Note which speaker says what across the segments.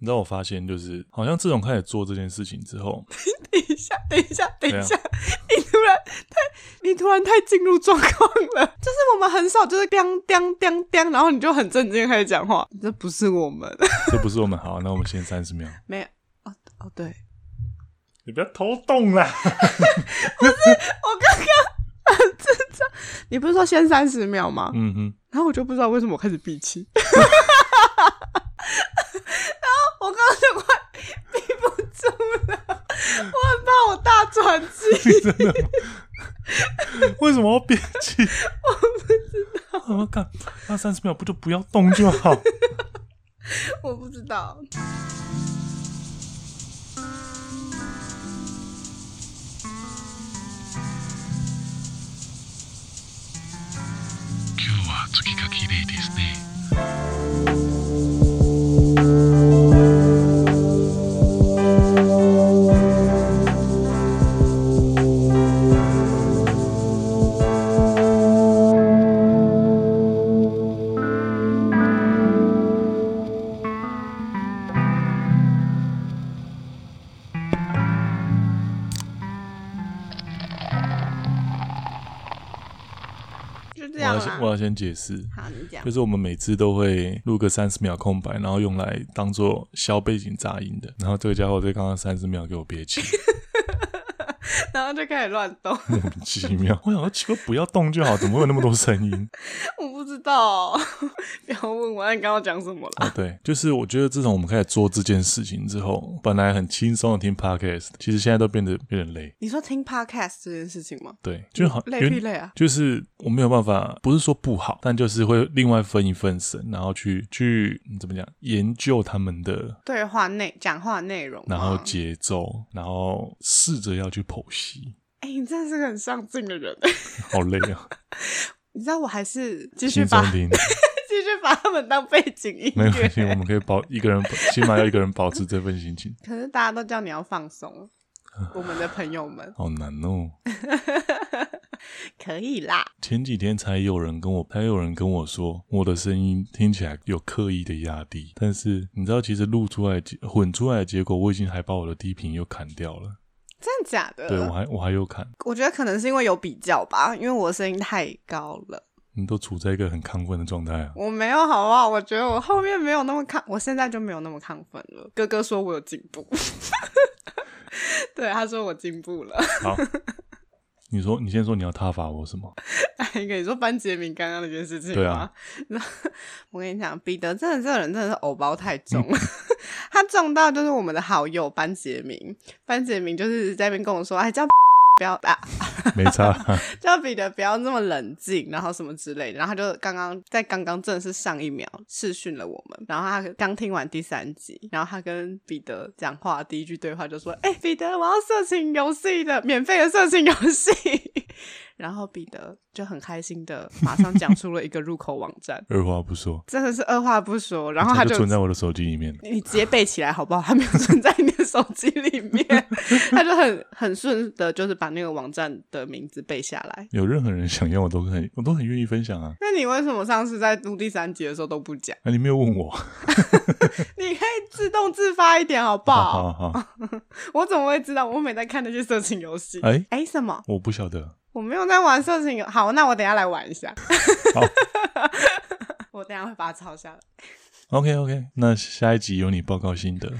Speaker 1: 你知道我发现就是，好像自从开始做这件事情之后，
Speaker 2: 等一下，等一下，
Speaker 1: 怎
Speaker 2: 等一
Speaker 1: 样
Speaker 2: 下， 你突然太，你突然太进入状况了。 就是我们很少就是当当当当，然后你就很正经地开始讲话，这不是我们，
Speaker 1: 这不是我们好，那我们先三十秒，
Speaker 2: 没有。哦哦，对，
Speaker 1: 你不要头动啦。
Speaker 2: 你不是说先三十秒吗？
Speaker 1: 嗯哼，
Speaker 2: 然后我就不知道为什么我开始闭 气，然后我刚刚就快闭不住了，我很怕我大喘气。
Speaker 1: 为什么要憋气？ 我不知道。我 干，那三十秒不就不要动就 好？
Speaker 2: 我不知道。
Speaker 3: 今日は月が綺麗ですね。
Speaker 2: 就这
Speaker 1: 我
Speaker 2: 样
Speaker 1: 要先
Speaker 2: 啦。
Speaker 1: 我要先解释。
Speaker 2: 好，你讲
Speaker 1: 就。是我们每次都会录个三十秒空白，然后用来当做消背景杂音的。然后这个家伙在刚刚三十秒给我憋 气，
Speaker 2: 然后就开始乱动，
Speaker 1: 莫名其妙。我想说奇怪，不要动就好，怎么会有那么多声音？
Speaker 2: 我不知道。不要问我，那你刚刚讲什么啦？
Speaker 1: 啊，对，就是我觉得自从我们开始做这件事情之后，本来很轻松的听 podcast，其实现在都变得有点累。
Speaker 2: 你说听 podcast 这件事情吗？
Speaker 1: 对，就好
Speaker 2: 累
Speaker 1: 原
Speaker 2: 必累啊
Speaker 1: 就是我没有办法，不是说不好，但就是会另外分一份神，然后去去嗯怎么讲研究他们的，
Speaker 2: 对话内讲话内容吗。
Speaker 1: 然
Speaker 2: 啊
Speaker 1: 后节奏，然后试着要去剖析，
Speaker 2: 哎、你真的是个很上进的人。
Speaker 1: 好累啊，
Speaker 2: 你知道我还是 继续
Speaker 1: 轻
Speaker 2: 把
Speaker 1: 松听
Speaker 2: 继续把他们当背景音
Speaker 1: 没有关系，我
Speaker 2: 乐。
Speaker 1: 们可以保一个人，起码要一个人保持这份心情，
Speaker 2: 可是大家都叫你要放 松，我们的朋友们
Speaker 1: 好难哦。
Speaker 2: 可以啦。
Speaker 1: 前几天才有人跟我，才有人跟我说，我的声音听起来有刻意的压低，但是你知道，其实录出来结混出来的结果，我已经还把我的低频又砍掉了，
Speaker 2: 真的假的？
Speaker 1: 对我还我还有砍，
Speaker 2: 我觉得可能是因为有比较吧，因为我的声音太高了。
Speaker 1: 你都处在一个很亢奋的状态 啊。
Speaker 2: 我没有，好不好？我觉得我后面没有那么亢，我现在就没有那么亢奋了。哥哥说我有进步， 对，他说我进步了。
Speaker 1: 好，你说你先说你要挞伐我什么？
Speaker 2: 哎，跟你说班杰明刚刚那件事情
Speaker 1: 对
Speaker 2: 吗
Speaker 1: 啊？
Speaker 2: 那我跟你讲，彼得真的这个人真的是偶包太重
Speaker 1: 嗯
Speaker 2: 了， 他重到就是我们的好友班杰明，班杰明就是在那边跟我说，哎，叫 不要打、
Speaker 1: 没差， ，
Speaker 2: 叫彼得不要那么冷静，然后什么之类的。然后他就刚刚在刚刚真的是上一秒试训了我们，然后他刚听完第三集，然后他跟彼得讲话第一句对话就说：“哎、彼得，我要色情游戏的免费的色情游戏。” 然后彼得就很开心的马上讲出了一个入口网站
Speaker 1: 二话不说，
Speaker 2: 真的是二话不说，然后
Speaker 1: 它
Speaker 2: 他
Speaker 1: 就
Speaker 2: 就
Speaker 1: 存在我的手机里面了。
Speaker 2: 你直接背起来好不好？它没有存在你的手机里面， 他就很很顺的，就是把那个网站的名字背下来。
Speaker 1: 有任何人想要，我都很我都很愿意分享啊。
Speaker 2: 那你为什么上次在录第三集的时候都不讲？
Speaker 1: 啊，你没有问我，
Speaker 2: 你可以自动自发一点好不好？
Speaker 1: 好好好，
Speaker 2: 我怎么会知道？我没在看那些色情游戏。
Speaker 1: 哎，
Speaker 2: 哎、什么？
Speaker 1: 我不晓得。
Speaker 2: 我没有在玩色情游。好，那我等一下来玩一下。
Speaker 1: 好
Speaker 2: 我等一下会把它抄下来。
Speaker 1: ，OK OK，那下一集由你报告心得。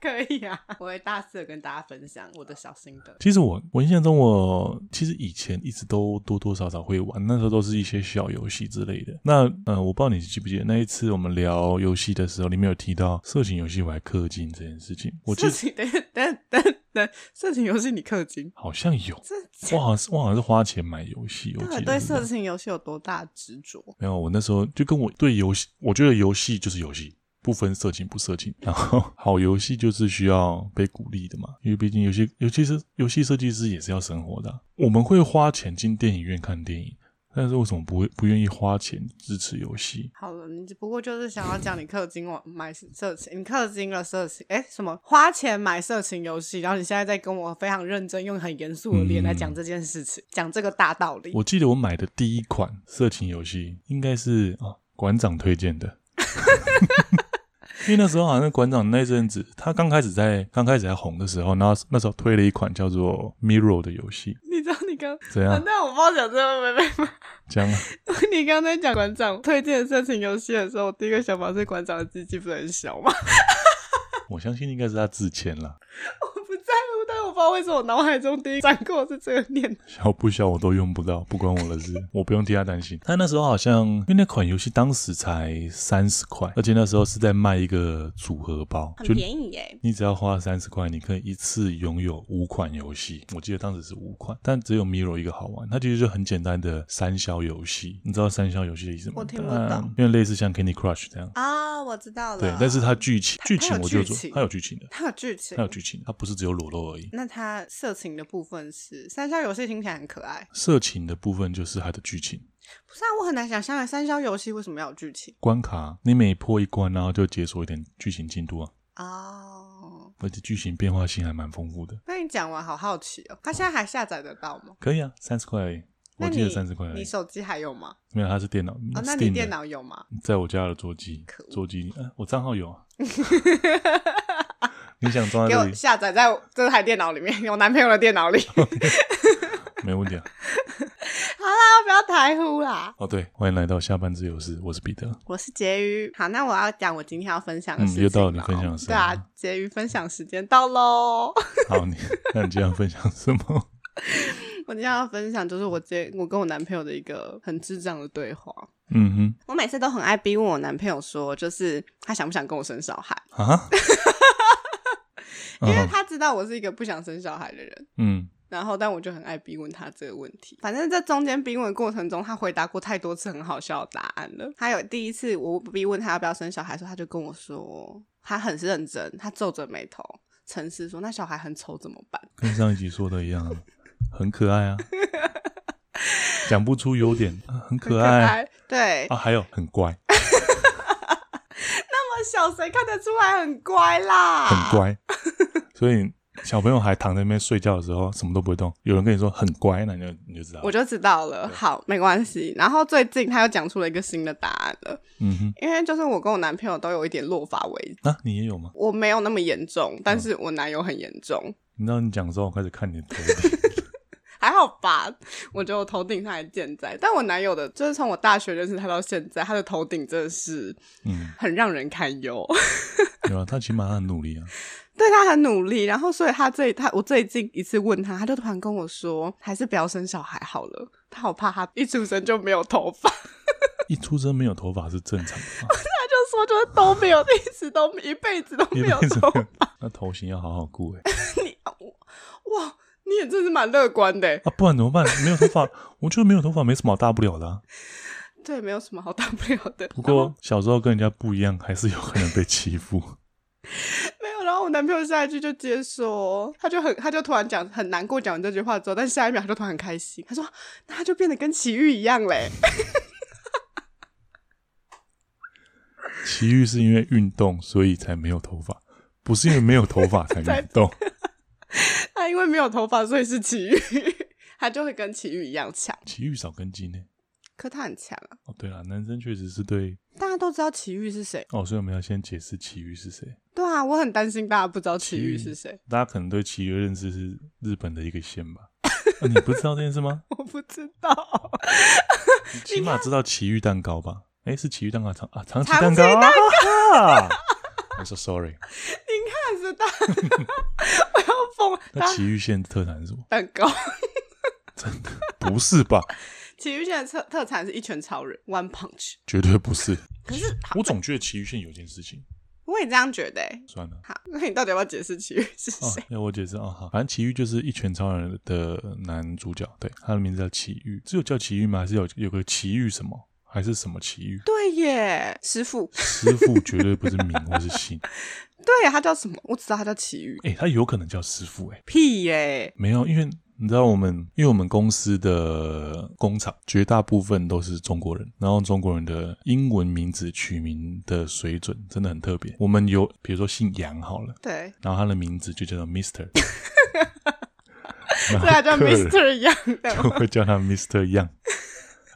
Speaker 2: 可以啊，我会大肆的跟大家分享我的小心得。
Speaker 1: 其实我我印象中我，其实以前一直都多多少少会玩，那时候都是一些小游戏之类的。那呃，我不知道你记不记得那一次我们聊游戏的时候，里面有提到色情游戏我还氪金这件事情，我记
Speaker 2: 色
Speaker 1: 得
Speaker 2: 情，等一下等一下等一下等一下，色情游戏你氪金，
Speaker 1: 好像有，
Speaker 2: 这
Speaker 1: 我好像是我好像是花钱买游戏，我
Speaker 2: 到
Speaker 1: 记
Speaker 2: 底
Speaker 1: 得
Speaker 2: 对
Speaker 1: 是这样
Speaker 2: 色情游戏有多大执着？
Speaker 1: 没有，我那时候就跟我对游戏，我觉得游戏就是游戏，不分色情不色情。然后好游戏就是需要被鼓励的嘛，因为毕竟游戏，尤其是游戏设计师也是要生活的啊、我们会花钱进电影院看电影，但是为什么不会不愿意花钱支持游戏？
Speaker 2: 好了，你只不过就是想要讲你氪金我买色情，你氪金了色情，哎、什么花钱买色情游戏，然后你现在在跟我非常认真用很严肃的脸
Speaker 1: 嗯
Speaker 2: 来讲这件事情，讲、这个大道理。
Speaker 1: 我记得我买的第一款色情游戏应该是啊馆长推荐的， 因为那时候好像馆长那阵子，他刚开始在刚开始在红的时候，然后那时候推了一款叫做 Mirror 的游戏，
Speaker 2: 你知道 你刚，
Speaker 1: 怎
Speaker 2: 啊
Speaker 1: 样？
Speaker 2: 那我不知道讲这个没没吗？
Speaker 1: 这样啊
Speaker 2: 你刚才讲馆长推荐色情游戏的时候，我第一个想法是馆长的鸡鸡不是很小吗？
Speaker 1: 我相信应该是他自签啦，
Speaker 2: 我不在乎，但我不知道为什么我脑海中第一闪过是这个念头。
Speaker 1: 小不小我都用不到，不关我的事， 我不用替他担心。但那时候好像因为那款游戏当时才三十块，而且那时候是在卖一个组合包，就
Speaker 2: 宜耶，
Speaker 1: 你只要花三十块，你可以一次拥有五款游戏。我记得当时是五款，但只有 Miro 一个好玩，它其实就很简单的三消游戏。你知道三消游戏的意思吗？
Speaker 2: 我听不
Speaker 1: 但
Speaker 2: 懂，
Speaker 1: 因为类似像 Candy Crush 这样。
Speaker 2: 啊，我知道了。
Speaker 1: 对，但是它剧情
Speaker 2: 它
Speaker 1: 剧情我就做
Speaker 2: 它有剧，
Speaker 1: 它有剧情
Speaker 2: 情
Speaker 1: 的，
Speaker 2: 它有剧情
Speaker 1: 它，有剧情，它不是只有裸露而已。
Speaker 2: 那它色情的部分是三消游戏听起来很可爱，
Speaker 1: 色情的部分就是它的剧情
Speaker 2: 不是啊？我很难想象三消游戏为什么要有剧情
Speaker 1: 关卡，你每破一关，然后就解锁一点剧情进度啊，
Speaker 2: 哦。
Speaker 1: 而且剧情变化性还蛮丰富的。
Speaker 2: 那你讲完，好好奇哦，它现在还下载得到吗？
Speaker 1: 可以啊，三十块而已，
Speaker 2: 那
Speaker 1: 我记得
Speaker 2: 你
Speaker 1: 三十块而
Speaker 2: 你
Speaker 1: 已。
Speaker 2: 手机还有吗？
Speaker 1: 没有，它是电脑。哦
Speaker 2: 哦，那
Speaker 1: Steam
Speaker 2: 你
Speaker 1: 的
Speaker 2: 电脑有吗？
Speaker 1: 在我家的桌机
Speaker 2: 可恶，
Speaker 1: 桌机，呃我账号有 啊。你想装在
Speaker 2: 给
Speaker 1: 这
Speaker 2: 我
Speaker 1: 里
Speaker 2: 下载在我这台电脑里面， 我男朋友的电脑里。好
Speaker 1: 没问题啊？
Speaker 2: 啦，不要台呼啦。
Speaker 1: 哦，对，欢迎来到下班自由室，我是彼得。
Speaker 2: 我是婕妤，好，那我要讲我今天要分享的
Speaker 1: 嗯
Speaker 2: 事情、
Speaker 1: 又到了你分享的时候
Speaker 2: 对啊，婕妤分享时间到喽。
Speaker 1: 好，你那你今天要分享什么？
Speaker 2: 我今天要分享就是我这我跟我男朋友的一个很智障的对话。
Speaker 1: 嗯
Speaker 2: 我每次都很爱逼问我男朋友说，就是他想不想跟我生小孩，
Speaker 1: 哼 啊，
Speaker 2: 因为
Speaker 1: 嗯
Speaker 2: 他知道我是一个不想生小孩的人。
Speaker 1: 嗯，
Speaker 2: 然后，但我就很爱逼问他这个问题。反正，在中间逼问的过程中，他回答过太多次很好笑的答案了。还有第一次我逼问他要不要生小孩的时候，他就跟我说，他很是认真，他皱着眉头，沉思说：“那小孩很丑怎么办
Speaker 1: 跟上一集说的一样 啊，很可爱啊，讲不出优 点，啊很？”可
Speaker 2: 很
Speaker 1: 爱
Speaker 2: 对，
Speaker 1: 啊，还有很乖，
Speaker 2: 那么小谁看得出来很乖啦？
Speaker 1: 很乖，所以小朋友还躺在那边睡觉的时候，什么都不会动。有人跟你说很乖，那你就你就知道了，
Speaker 2: 我就知道了。好，没关系。然后最近他又讲出了一个新的答案了，
Speaker 1: 嗯哼，
Speaker 2: 因为就是我跟我男朋友都有一点落发为，
Speaker 1: 啊，你也有吗？
Speaker 2: 我没有那么严重，
Speaker 1: 嗯
Speaker 2: 但是我男友很严重，
Speaker 1: 你知道你讲的时候，我开始看你的头 顶。
Speaker 2: 还好吧？我觉得我头顶上还健在，但我男友的，就是从我大学认识他到现在，他的头顶真的是
Speaker 1: 嗯，
Speaker 2: 很让人堪忧。
Speaker 1: 有啊，他起码他很努力啊。
Speaker 2: 对他很努力，然后所以他最他我最近一次问他，他就突然跟我说，还是不要生小孩好了，他好怕他一出生就没有头发。
Speaker 1: 一出生没有头发是正常的嘛，
Speaker 2: 他就说就是都没有，一直都一辈子都
Speaker 1: 一
Speaker 2: 没有
Speaker 1: 辈子
Speaker 2: 头
Speaker 1: 没有。 那头型要好好顾哎、
Speaker 2: 哇，你也真是蛮乐观的。欸
Speaker 1: 啊，不然怎么办？没有头发，我觉得没有头发没什么好大不了的、啊。
Speaker 2: 对，没有什么好大不了的。
Speaker 1: 不过小时候跟人家不一样，还是有可能被欺负。
Speaker 2: 没有，然后我男朋友下一句就接说，他就很，他就突然讲很难过，讲完这句话之后，但下一秒他就突然很开心，他说那他就变得跟奇遇一样嘞。
Speaker 1: 奇遇是因为运动，所以才没有头发，不是因为没有头发才
Speaker 2: 才
Speaker 1: 运 动。
Speaker 2: 他因为没有头发，所以是奇遇， 他就会跟奇遇一样强。
Speaker 1: 奇遇少根筋呢、
Speaker 2: 可他很强啊，
Speaker 1: 哦，对了，男生确实是对
Speaker 2: 大家都知道奇遇是谁。
Speaker 1: 哦，所以我们要先解释奇遇是谁。
Speaker 2: 对啊，我很担心大家不知道奇遇
Speaker 1: 奇遇
Speaker 2: 是谁，
Speaker 1: 大家可能对奇遇的认知是日本的一个县吧、啊你不知道这件事吗？
Speaker 2: 我不知道。
Speaker 1: 你起码知道奇遇蛋糕吧？哎，是奇遇蛋糕长啊，长崎
Speaker 2: 长
Speaker 1: 蛋
Speaker 2: 崎
Speaker 1: 糕。啊
Speaker 2: 蛋
Speaker 1: 哈哈 I'm so sorry。
Speaker 2: 看着他， 我要疯。
Speaker 1: 那
Speaker 2: 他
Speaker 1: 奇遇县特产是什么？
Speaker 2: 蛋糕。
Speaker 1: 不是吧？
Speaker 2: 奇遇县的特特产是一拳超人 （One Punch）。
Speaker 1: 绝对不是。
Speaker 2: 可是好
Speaker 1: 我总觉得奇遇县有件事情，
Speaker 2: 我也这样觉得、欸。
Speaker 1: 算了。
Speaker 2: 好，那你到底要不要解释奇遇是
Speaker 1: 哦
Speaker 2: 谁？，
Speaker 1: 要我解释啊、哦，好，反正奇遇就是一拳超人的男主角，对，他的名字叫奇遇，只有叫奇遇吗？还是有有个奇遇什么，还是什么奇遇？
Speaker 2: 对耶，师傅，
Speaker 1: 师傅绝对不是名或是姓，
Speaker 2: 对耶，啊他叫什么？我只知道他叫奇遇。
Speaker 1: 哎、他有可能叫师傅、诶哎，
Speaker 2: 屁耶！
Speaker 1: 没有，因为你知道我们，因为我们公司的工厂绝大部分都是中国人，然后中国人的英文名字取名的水准真的很特别。我们有比如说姓杨好了，
Speaker 2: 对，
Speaker 1: 然后他的名字就叫做 Mister，
Speaker 2: 对啊，叫
Speaker 1: 客人
Speaker 2: Mister 一样的，
Speaker 1: 就 会叫他 Mister 杨，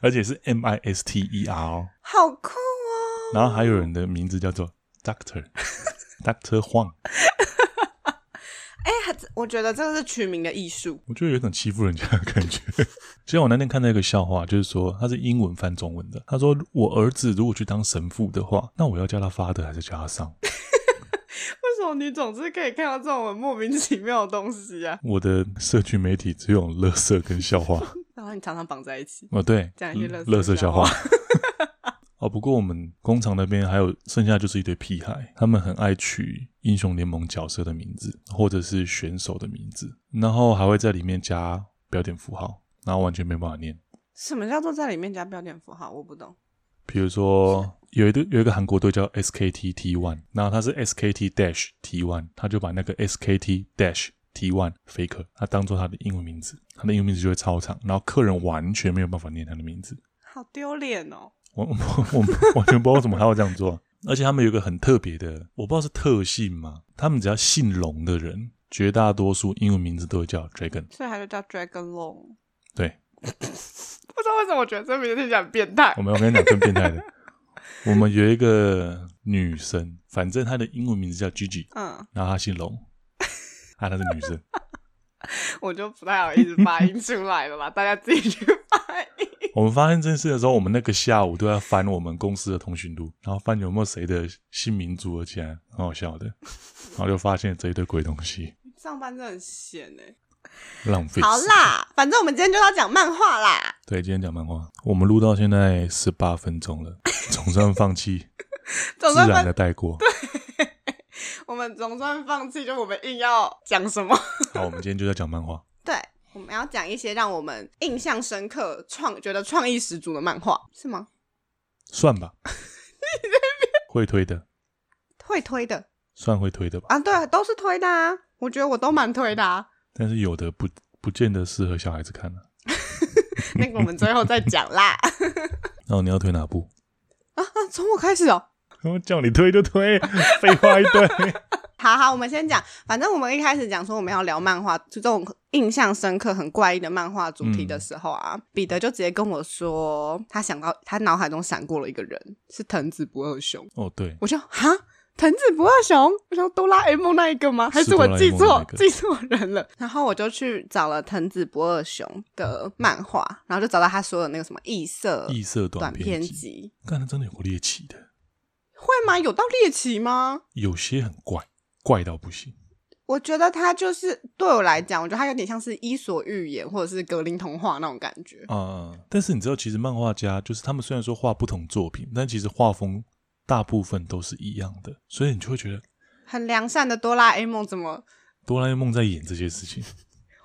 Speaker 1: 而且是 M I S T E R，哦
Speaker 2: 好酷哦！
Speaker 1: 然后还有人的名字叫做 Doctor Doctor Huang，
Speaker 2: 哎、还我觉得这个是取名的艺术。
Speaker 1: 我觉得有点欺负人家的感觉。 其实我那天看到一个笑话，就是说他是英文翻中文的，他说我儿子如果去当神父的话，那我要叫他 father 还是叫他 son？
Speaker 2: 为什么你总是可以看到这种莫名其妙的东西啊？
Speaker 1: 我的社群媒体只有乐色跟笑话。
Speaker 2: 然后你常常绑在一起，
Speaker 1: 哦，对，
Speaker 2: 讲一些
Speaker 1: 嗯
Speaker 2: 垃圾
Speaker 1: 垃圾
Speaker 2: 笑
Speaker 1: 笑
Speaker 2: 话
Speaker 1: 话。 哦，不过我们工厂那边还有剩下就是一堆屁孩，他们很爱取英雄联盟角色的名字，或者是选手的名字，然后还会在里面加标点符号，然后完全没办法念。
Speaker 2: 什么叫做在里面加标点符号？我不懂。
Speaker 1: 比如说有一队有一个韩国队叫 SKT T One，然后他是 SKT Dash T One，他就把那个 SKT Dash T One Faker，他当做他的英文名字，他的英文名字就会超长，然后客人完全没有办法念他的名字。
Speaker 2: 好丢脸哦！
Speaker 1: 我 我我完全不知道为什么还要这样做。而且他们有一个很特别的，我不知道是特性吗？他们只要姓龙的人，绝大多数英文名字都会叫 Dragon。
Speaker 2: 所以它就叫 Dragon Long。
Speaker 1: 对，
Speaker 2: 不知道为什么我觉得这名字听起来很变态
Speaker 1: 我。们我跟你讲更变态的，我们有一个女生，反正她的英文名字叫 Gigi，
Speaker 2: 嗯，
Speaker 1: 然后她姓龙，啊，她是女生。
Speaker 2: 我就不太好意思发音出来了吧，大家自己去 发音。
Speaker 1: 我们发现这件事的时候，我们那个下午都在翻我们公司的通讯录，然后翻有没有谁的姓名组合起来，很好笑的，然后就发现这一堆鬼东西，
Speaker 2: 上班真的很闲哎、
Speaker 1: 浪费。
Speaker 2: 好啦，反正我们今天就要讲漫画 啦。
Speaker 1: 对，今天讲漫画，我们录到现在十八分钟了，总算放弃，
Speaker 2: 总
Speaker 1: 自
Speaker 2: 算
Speaker 1: 然
Speaker 2: 放，
Speaker 1: 的带过。
Speaker 2: 我们总算放弃，就我们硬要讲什 么？
Speaker 1: 好，我们今天就在讲漫画。
Speaker 2: 对，我们要讲一些让我们印象深刻、创觉得创意十足的漫画，是吗？
Speaker 1: 算 吧，会推的，
Speaker 2: 会推的
Speaker 1: 算会推的吧。
Speaker 2: 啊，对，都是推的啊。我觉得我都蛮推的啊。
Speaker 1: 但是有的不不见得适合小孩子看了、
Speaker 2: 那个我们最后再讲啦。
Speaker 1: 然后你要推哪部？
Speaker 2: 啊，从我开始哦。
Speaker 1: 我叫你推就推，废话一堆。
Speaker 2: 好好，我们先讲，反正我们一开始讲说我们要聊漫画，就这种印象深刻、很怪异的漫画主题
Speaker 1: 嗯
Speaker 2: 的时候啊，彼得就直接跟我说，他想到他脑海中闪过了一个人，是藤子不二雄。
Speaker 1: 哦，对，
Speaker 2: 我就哈，藤子不二雄，我想哆啦 A 梦那一个吗？还
Speaker 1: 是
Speaker 2: 是我记
Speaker 1: 哆啦
Speaker 2: 错
Speaker 1: A 梦那个
Speaker 2: 记错人了？然后我就去找了藤子不二雄的漫画，然后就找到他说的那个什么异色
Speaker 1: 异色短
Speaker 2: 呃短篇
Speaker 1: 集，
Speaker 2: 集，
Speaker 1: 看它真的有个猎奇的，
Speaker 2: 会吗？有到猎奇吗？
Speaker 1: 有些很怪，怪到不行。
Speaker 2: 我觉得他就是对我来讲，我觉得他有点像是《伊索寓言》或者是格林童话那种感觉。
Speaker 1: 啊、但是你知道，其实漫画家就是他们虽然说画不同作品，但其实画风大部分都是一样的，所以你就会觉得
Speaker 2: 很良善的哆啦 A 梦怎么？
Speaker 1: 哆啦 A 梦在演这些事情。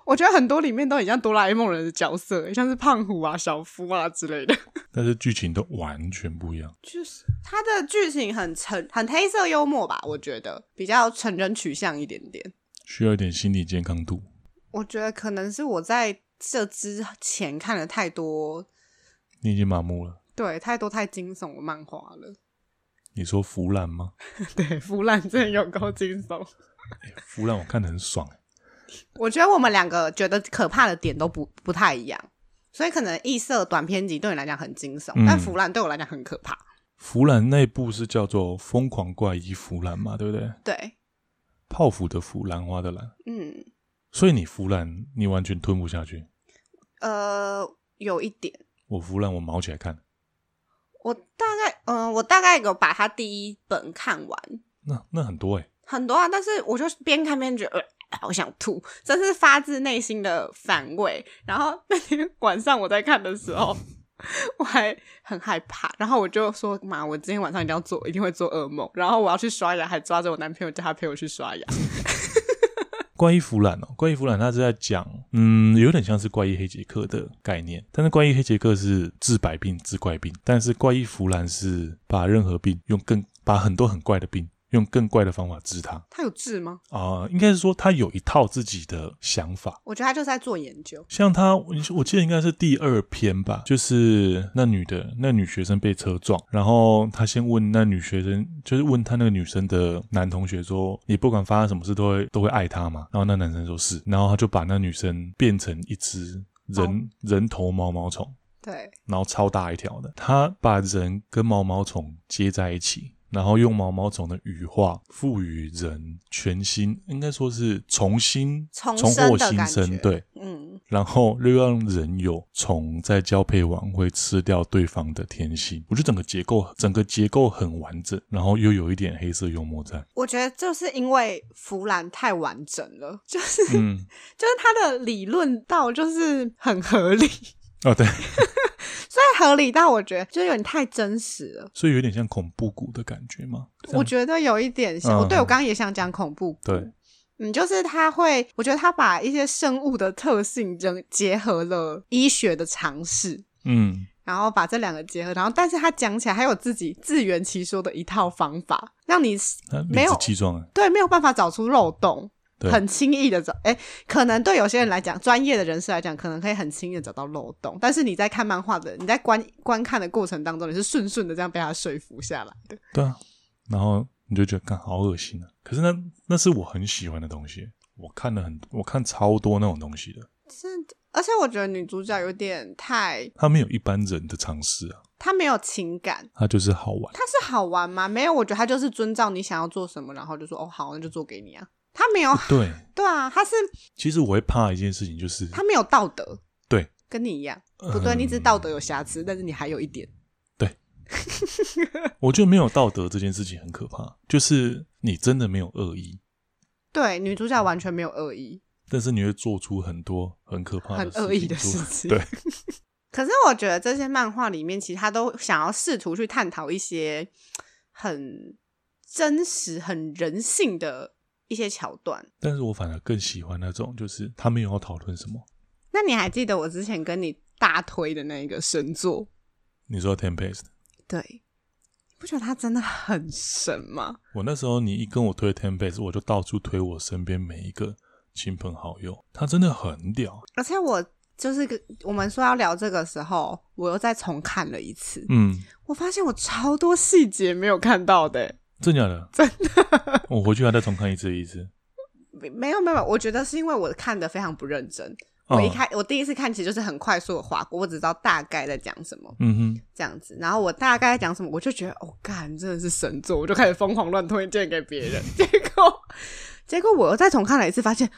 Speaker 2: 我觉得很多里面都很像哆啦 A 梦人的角色，像是胖虎啊、小夫啊之类的。
Speaker 1: 但是剧情都完全不一样。
Speaker 2: 就是它的剧情很成很黑色幽默吧，我觉得比较成人取向一点点。
Speaker 1: 需要一点心理健康度。
Speaker 2: 我觉得可能是我在这之前看了太多，
Speaker 1: 你已经麻木了。
Speaker 2: 对，太多太惊悚的漫画了。
Speaker 1: 你说腐烂吗？
Speaker 2: 对，腐烂真的有够惊悚。
Speaker 1: 欸腐烂我看得很爽、欸。
Speaker 2: 我觉得我们两个觉得可怕的点都不不太一样，所以可能异色短篇集对你来讲很惊悚，
Speaker 1: 嗯
Speaker 2: 但腐烂对我来讲很可怕。
Speaker 1: 腐烂那部是叫做《疯狂怪医腐烂》嘛，对不对？
Speaker 2: 对，
Speaker 1: 泡芙的腐，兰花的兰。
Speaker 2: 嗯，
Speaker 1: 所以你腐烂，你完全吞不下去。
Speaker 2: 呃，有一点，
Speaker 1: 我腐烂，我毛起来看。
Speaker 2: 我大概，嗯、我大概有把它第一本看完，
Speaker 1: 那那很多哎、欸，
Speaker 2: 很多啊，但是我就是边看边觉得。呃好想吐，这是发自内心的反胃。然后那天晚上我在看的时候，我还很害怕，然后我就说：“妈，我今天晚上一定要做，一定会做噩梦。”然后我要去刷牙，还抓着我男朋友叫他陪我去刷牙。
Speaker 1: 怪医腐烂哦，怪医腐烂它是在讲，嗯，有点像是怪医黑杰克的概念，但是怪医黑杰克是治百病、治怪病，但是怪医腐烂是把任何病用更把很多很怪的病用更怪的方法治它。
Speaker 2: 他有治吗？
Speaker 1: 啊、应该是说他有一套自己的想法。
Speaker 2: 我觉得他就是在做研究。
Speaker 1: 像他，我我记得应该是第二篇吧，就是那女的那女学生被车撞，然后他先问那女学生，就是问他那个女生的男同学说：“你不管发生什么事都会都会爱他嘛？”然后那男生说是，然后他就把那女生变成一只
Speaker 2: 哦
Speaker 1: 人、人头毛毛虫，
Speaker 2: 对，
Speaker 1: 然后超大一条的，他把人跟毛毛虫接在一起。然后用毛毛虫的羽化赋予人全新，应该说是重新
Speaker 2: 重生
Speaker 1: 获
Speaker 2: 的
Speaker 1: 新
Speaker 2: 感
Speaker 1: 生，
Speaker 2: 觉
Speaker 1: 对，
Speaker 2: 嗯，。
Speaker 1: 然后又让人有虫在交配完会吃掉对方的天性，我觉得整个结构整个结构很完整，然后又有一点黑色幽默在
Speaker 2: 我觉得就是因为弗兰太完整了，就是、
Speaker 1: 嗯，
Speaker 2: 就是他的理论到就是很合理，
Speaker 1: 啊对，
Speaker 2: 所以合理到我觉得就是有点太真实了。
Speaker 1: 所以有点像恐怖谷的感觉嘛。
Speaker 2: 我觉得有一点像，
Speaker 1: 嗯
Speaker 2: 我对我刚刚也想讲恐怖谷，
Speaker 1: 对，
Speaker 2: 嗯，就是他会，我觉得他把一些生物的特性整结合了医学的常识，
Speaker 1: 嗯，
Speaker 2: 然后把这两个结合，然后但是他讲起来还有自己自圆其说的一套方法，让你
Speaker 1: 他理
Speaker 2: 没有
Speaker 1: 直气壮啊。
Speaker 2: 对没有办法找出漏洞，
Speaker 1: 对
Speaker 2: 很轻易的找，哎，可能对有些人来讲，专业的人士来讲，可能可以很轻易的找到漏洞，但是你在看漫画的，你在观观看的过程当中，你是顺顺的这样被他说服下来的，
Speaker 1: 对啊，然后你就觉得看好恶心啊。可是那那是我很喜欢的东西，我看了很我看超多那种东西的，
Speaker 2: 是的，而且我觉得女主角有点太，
Speaker 1: 它没有一般人的尝试啊，
Speaker 2: 她没有情感。
Speaker 1: 它就是好玩。
Speaker 2: 它是好玩吗？没有，我觉得它就是遵照你想要做什么，然后就说哦好，那就做给你啊。它没有，
Speaker 1: 对，
Speaker 2: 对啊，它是
Speaker 1: 其实我会怕一件事情，就是
Speaker 2: 它没有道德，
Speaker 1: 对，
Speaker 2: 跟你一样，不对，
Speaker 1: 嗯
Speaker 2: 你只是道德有瑕疵，但是你还有一点，
Speaker 1: 我觉得没有道德这件事情很可怕，就是你真的没有恶意，
Speaker 2: 对，女主角完全没有恶意，
Speaker 1: 但是你会做出很多很可怕
Speaker 2: 很
Speaker 1: 的
Speaker 2: 恶意的
Speaker 1: 出
Speaker 2: 事情，
Speaker 1: 对。
Speaker 2: 可是我觉得这些漫画里面，其实他都想要试图去探讨一些很真实、很人性的一些桥段。
Speaker 1: 但是我反而更喜欢那种，就是他没有要讨论什么。
Speaker 2: 那你还记得我之前跟你大推的那个神作？
Speaker 1: 你说 Tempest，
Speaker 2: 对，你不觉得他真的很神吗？
Speaker 1: 我那时候你一跟我推 Tempest，我就到处推我身边每一个亲朋好友，他真的很屌。
Speaker 2: 而且我就是个我们说要聊这个时候，我又再重看了一次，
Speaker 1: 嗯，
Speaker 2: 我发现我超多细节没有看到的、欸
Speaker 1: 真假的？真的。我回去还再重看一次一次。
Speaker 2: 没没有没有，我觉得是因为我看的非常不认真。
Speaker 1: 嗯
Speaker 2: 我一开、我第一次看其实就是很快速的划过，我只知道大概在讲什么
Speaker 1: 嗯哼，
Speaker 2: 这样子，然后我大概在讲什么，我就觉得哦，干真的是神作，我就开始疯狂乱推荐给别人，结果结果我又再重看了一次，发现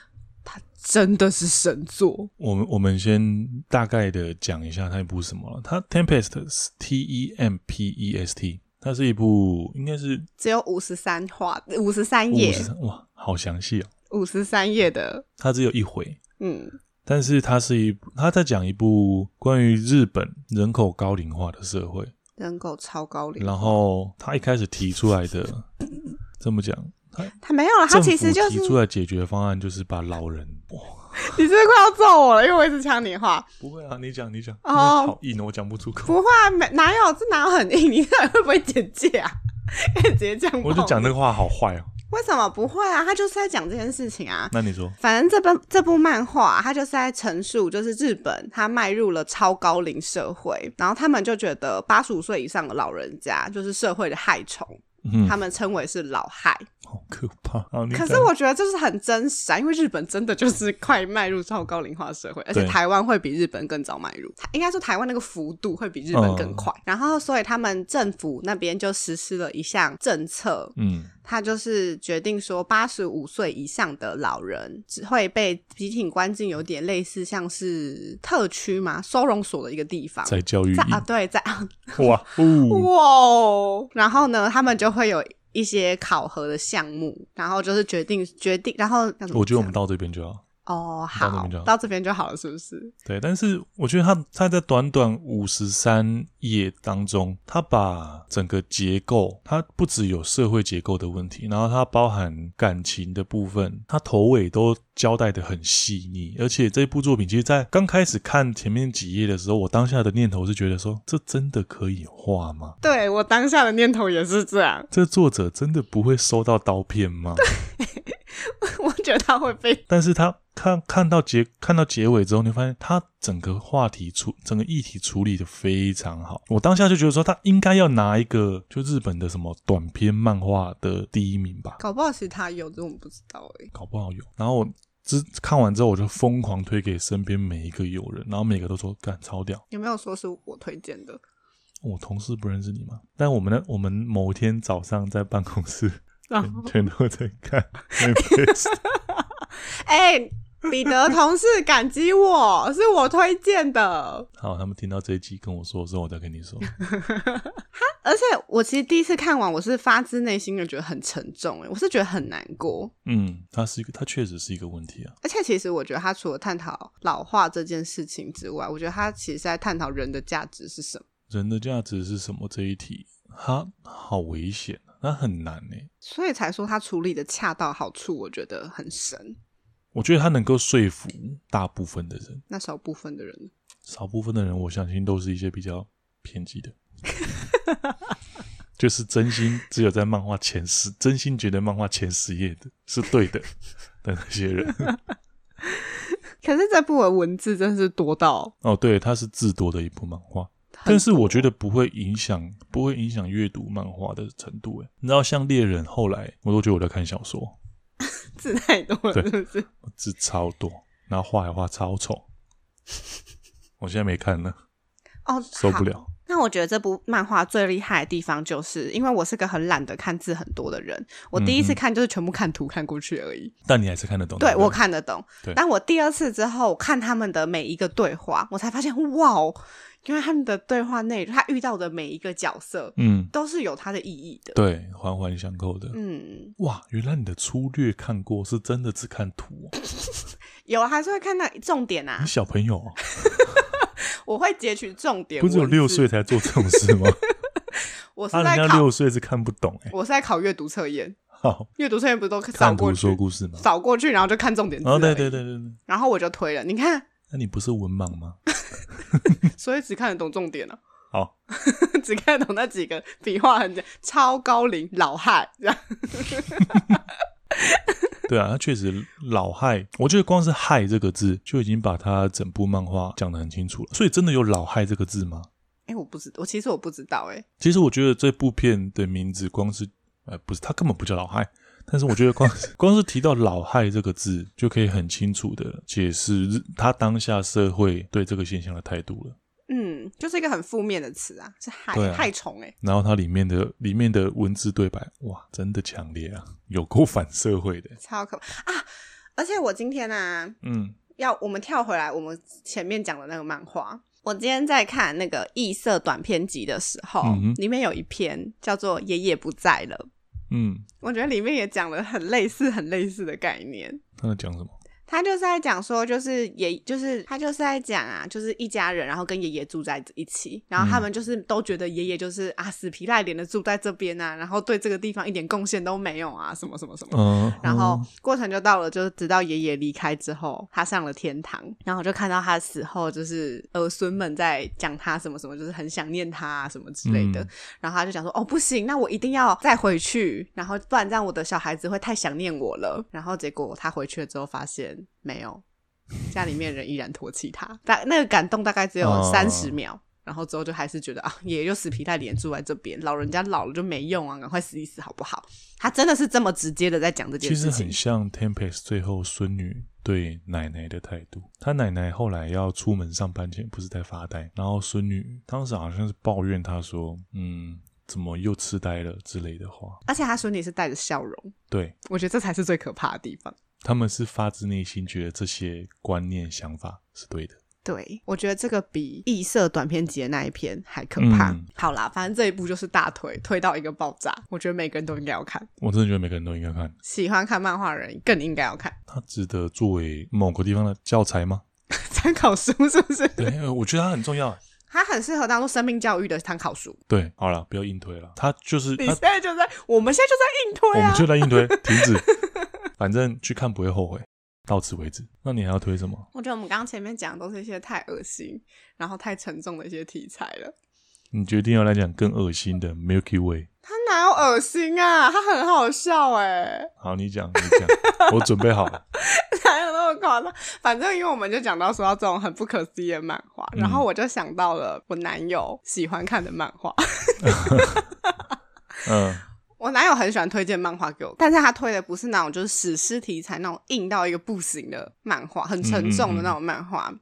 Speaker 2: 它真的是神作，
Speaker 1: 我们我们先大概的讲一下它一部什么了。它 Tempest 是 T E M P E S T，它是一部应该是
Speaker 2: 只有五十三话五十三
Speaker 1: 五
Speaker 2: 页
Speaker 1: 十三哇，好详细哦。
Speaker 2: 五十三页的，
Speaker 1: 它只有一回，
Speaker 2: 嗯，
Speaker 1: 但是它是一它在讲一部关于日本人口高龄化的社会。
Speaker 2: 人口超高龄，
Speaker 1: 然后他一开始提出来 的，这么讲，他
Speaker 2: 他没有了，他
Speaker 1: 政
Speaker 2: 其
Speaker 1: 府
Speaker 2: 实就是
Speaker 1: 提出来解决方案就是把老人，哇，
Speaker 2: 你是不是快要揍我了，因为我一直抢你话。
Speaker 1: 不会啊，你讲你讲，
Speaker 2: 哦
Speaker 1: 真的好硬哦，我讲不出口，
Speaker 2: 不会啊，没哪有这哪有很硬？你 到底会不会简介啊？ 可以直接这样。
Speaker 1: 我就讲这，个话好坏哦。
Speaker 2: 为什么不会啊？他就是在讲这件事情啊。
Speaker 1: 那你说，
Speaker 2: 反正这本这部漫画、它就是在陈述，就是日本它迈入了超高龄社会，然后他们就觉得八十五岁以上的老人家就是社会的害虫，
Speaker 1: 嗯
Speaker 2: 他，们称为是老害。
Speaker 1: 好可怕啊！你
Speaker 2: 可是
Speaker 1: 讲
Speaker 2: 我觉得就是很真实啊，因为日本真的就是 快迈入超高龄化社会，而且
Speaker 1: 对
Speaker 2: 台湾会比日本更早迈入，台应该说台湾那个幅度会比日本
Speaker 1: 嗯
Speaker 2: 更快。然后，所以他们政府那边就实施了一项政策。
Speaker 1: 嗯，
Speaker 2: 他就是决定说，八十五岁以上的老人只会被集体关进，有点类似像是特区嘛，收容所的一个地方。
Speaker 1: 在教育
Speaker 2: 在啊，
Speaker 1: 意
Speaker 2: 对，在啊，
Speaker 1: 哇哦，
Speaker 2: 哇哦！嗯然后呢，他们就会有一些考核的项目，然后就是决定决定，然后要怎么
Speaker 1: 我觉得我们
Speaker 2: 讲
Speaker 1: 到这边就好。
Speaker 2: 哦
Speaker 1: 到这
Speaker 2: 好
Speaker 1: 边就好
Speaker 2: 到这边就好了，是不是？
Speaker 1: 对，但是我觉得他他在短短五十三页当中，他把整个结构，它不只有社会结构的问题，然后它包含感情的部分，它头尾都交代的很细腻。而且这部作品，其实，在刚开始看前面几页的时候，我当下的念头是觉得说，这真的可以画吗？
Speaker 2: 对我当下的念头也是这样，
Speaker 1: 这作者真的不会收到刀片吗？
Speaker 2: 我觉得他会被
Speaker 1: 但是他看看到结看到结尾之后，你会发现他整个话题处整个议题处理的非常好。我当下就觉得说，他应该要拿一个就日本的什么短篇漫画的第一名吧，
Speaker 2: 搞不好，其实他有，这我们不知道哎、
Speaker 1: 搞不好有。然后我之看完之后，我就疯狂推给身边每一个友人，然后每个都说干超屌。
Speaker 2: 有没有说是我推荐的？
Speaker 1: 我同事不认识你吗？但我们呢，我们某天早上在办公室
Speaker 2: 然
Speaker 1: 全全都在看 Netflix，
Speaker 2: 哎、彼得同事感激我，是我推荐的。
Speaker 1: 好，他们听到这一集跟我说的时候，我再跟你说。
Speaker 2: 而且我其实第一次看完，我是发自内心的觉得很沉重、哎，我是觉得很难过。
Speaker 1: 嗯，它是一个，它确实是一个问题啊。
Speaker 2: 而且其实我觉得他除了探讨老化这件事情之外，我觉得他其实在探讨人的价值是什么。
Speaker 1: 人的价值是什么这一题，它好危险、啊，它很难呢、
Speaker 2: 所以才说他处理的恰到好处，我觉得很神。
Speaker 1: 我觉得它能够说服大部分的人，
Speaker 2: 那少部分的人，
Speaker 1: 少部分的人，我相信都是一些比较偏激的，就是真心只有在漫画前十，真心觉得漫画前十页的是对的的那些人。
Speaker 2: 可是这部的文字真是多到
Speaker 1: 哦，对，它是字多的一部漫画，
Speaker 2: 很
Speaker 1: 但是我觉得不会影响，不会影响阅读漫画的程度。诶，你知道，像猎人后来，我都觉得我在看小说，
Speaker 2: 字太多了，
Speaker 1: 对
Speaker 2: 是不是？
Speaker 1: 字超多，然后画也画超 丑。我现在没看了，
Speaker 2: 哦，
Speaker 1: 受不
Speaker 2: 好
Speaker 1: 了。
Speaker 2: 那我觉得这部漫画最厉害的地方，就是因为我是个很懒得看字很多的人，
Speaker 1: 嗯
Speaker 2: 我第一次看就是全部看图看过去而已。
Speaker 1: 但你还是看得懂。
Speaker 2: 对
Speaker 1: 不
Speaker 2: 我看得懂
Speaker 1: 对，
Speaker 2: 但我第二次之后我看他们的每一个对话，我才发现哇哦，因为他们的对话内容，他遇到的每一个角色
Speaker 1: 嗯，
Speaker 2: 都是有它的意义的。
Speaker 1: 对，环环相扣的。
Speaker 2: 嗯，
Speaker 1: 哇，原来你的粗略看过是真的只看 图、哦，
Speaker 2: 有啊还是会看到重点 啊
Speaker 1: 你，小朋友、哦、
Speaker 2: 我会截取重点。
Speaker 1: 不是有
Speaker 2: 文字
Speaker 1: 六岁，才做这种事 吗？
Speaker 2: 我是
Speaker 1: 他、
Speaker 2: 在
Speaker 1: 人家
Speaker 2: 考，
Speaker 1: 六岁是看不懂哎、
Speaker 2: 我是在考阅读测验，
Speaker 1: 好，
Speaker 2: 阅读测验不都扫
Speaker 1: 看
Speaker 2: 过
Speaker 1: 图
Speaker 2: 去
Speaker 1: 说，故事吗？
Speaker 2: 扫过去，然后就看重点字。
Speaker 1: 哦，对对，对对对，
Speaker 2: 然后我就推了，你看。
Speaker 1: 那你不是文盲吗？
Speaker 2: 所以只看得懂重点了、啊
Speaker 1: 好，
Speaker 2: 只看得懂那几个笔画很简超高龄老汉这样。
Speaker 1: 对啊，他确实老害，我觉得光是“害”这个字就已经把他整部漫画讲得很清楚了。所以真的有“老害”这个字吗？
Speaker 2: 哎、我不知，我其实我不知道哎、
Speaker 1: 其实我觉得这部片的名字光是，呃，不是，它根本不叫老害，但是我觉得光 光是提到老害这个字，就可以很清楚的解释日他当下社会对这个现象的态度了。
Speaker 2: 嗯，就是一个很负面的词啊，是害、
Speaker 1: 对啊
Speaker 2: 害虫哎、
Speaker 1: 然后它里面的里面的文字对白，哇，真的强烈啊，有够反社会的。
Speaker 2: 超可怕啊！而且我今天呢、啊，
Speaker 1: 嗯，
Speaker 2: 要我们跳回来，我们前面讲的那个漫画。我今天在看那个异色短篇集的时候，
Speaker 1: 嗯哼
Speaker 2: 里面有一篇叫做《爷爷不在了》，
Speaker 1: 嗯，
Speaker 2: 我觉得里面也讲了很类似、很类似的概念。
Speaker 1: 他在讲什么？
Speaker 2: 他就是在讲说，就是爷，就是他就是在讲啊，就是一家人，然后跟爷爷住在一起，然后他们就是都觉得爷爷就是啊死皮赖脸的住在这边啊，然后对这个地方一点贡献都没有啊，什么什么什么。
Speaker 1: 嗯、
Speaker 2: 然后过程就到了，就是直到爷爷离开之后，他上了天堂，然后我就看到他死后，就是儿孙们在讲他什么什么，就是很想念他、啊、什么之类的。
Speaker 1: 嗯
Speaker 2: 然后他就想说，哦，不行，那我一定要再回去，然后不然这样我的小孩子会太想念我了。然后结果他回去了之后，发现没有，家里面人依然唾弃他，大那个感动大概只有
Speaker 1: 哦
Speaker 2: 三十秒。然后之后就还是觉得啊，爷爷就死皮赖脸住在这边，老人家老了就没用啊，赶快死一死好不好？他真的是这么直接的在讲这件
Speaker 1: 其
Speaker 2: 事
Speaker 1: 实
Speaker 2: 情
Speaker 1: 很，像 Tempest 最后孙女对奶奶的态度。她奶奶后来要出门上班前，不是在发呆，然后孙女当时好像是抱怨她说：“嗯，怎么又痴呆了”之类的话。
Speaker 2: 而且他说你是带着笑容，
Speaker 1: 对
Speaker 2: 我觉得这才是最可怕的地方。
Speaker 1: 他们是发自内心觉得这些观念想法是对的。
Speaker 2: 对，我觉得这个比异色短篇集的那一篇还可怕。
Speaker 1: 嗯
Speaker 2: 好啦，反正这一部就是大推，推到一个爆炸，我觉得每个人都应该要看，
Speaker 1: 我真的觉得每个人都应该看，
Speaker 2: 喜欢看漫画的人更应该要看
Speaker 1: 它值得作为某个地方的教材吗？
Speaker 2: 参考书，是不 是？
Speaker 1: 对，呃我觉得它很重要。
Speaker 2: 它很适合当做生命教育的参考书。
Speaker 1: 对，好了，不要硬推了。它就是
Speaker 2: 你
Speaker 1: 它
Speaker 2: 现在就在，我们现在就在
Speaker 1: 我
Speaker 2: 硬推
Speaker 1: 们
Speaker 2: 啊！
Speaker 1: 就在硬推，停 止。反正去看不会后悔，到此为止。那你还要推什么？
Speaker 2: 我觉得我们刚刚前面讲的都是一些太恶心，然后太沉重的一些题材了。
Speaker 1: 你决定要来讲更恶心的 Milky Way。
Speaker 2: 他哪有恶心啊？他很好笑哎、
Speaker 1: 好，你讲，你 讲，我准备好了。
Speaker 2: 哪有那么夸张？反正因为我们就讲到说到这种很不可思议的漫画，
Speaker 1: 嗯
Speaker 2: 然后我就想到了我男友喜欢看的漫画。
Speaker 1: 嗯，
Speaker 2: 我男友很喜欢推荐漫画给我，但是他推的不是那种就是史诗题材那种硬到一个不行的漫画，很沉重的那种漫画，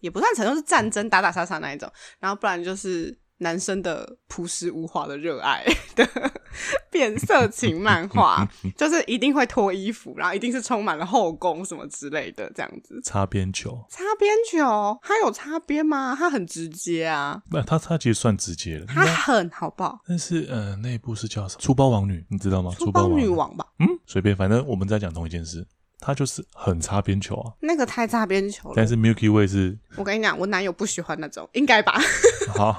Speaker 2: 也不算沉重，是战争打打杀杀那一种。然后不然就是男生的朴实无华的热爱的 变色情漫画，就是一定会脱衣服，然后一定是充满了后宫什么之类的这样子。
Speaker 1: 擦边球。
Speaker 2: 擦边球，他有擦边吗？他很直接啊，
Speaker 1: 那他他其实算直接了，
Speaker 2: 他很好不好？
Speaker 1: 但是呃，那一部是叫什么？粗包王女，你知道吗？
Speaker 2: 出
Speaker 1: 粗
Speaker 2: 包
Speaker 1: 王
Speaker 2: 女王吧，
Speaker 1: 嗯，随便，反正我们在讲同一件事，他就是很擦边球啊。
Speaker 2: 那个太擦边球了
Speaker 1: 但。是 Milky Way 是
Speaker 2: 我跟你讲，我男友不喜欢那种，应该吧？
Speaker 1: 好，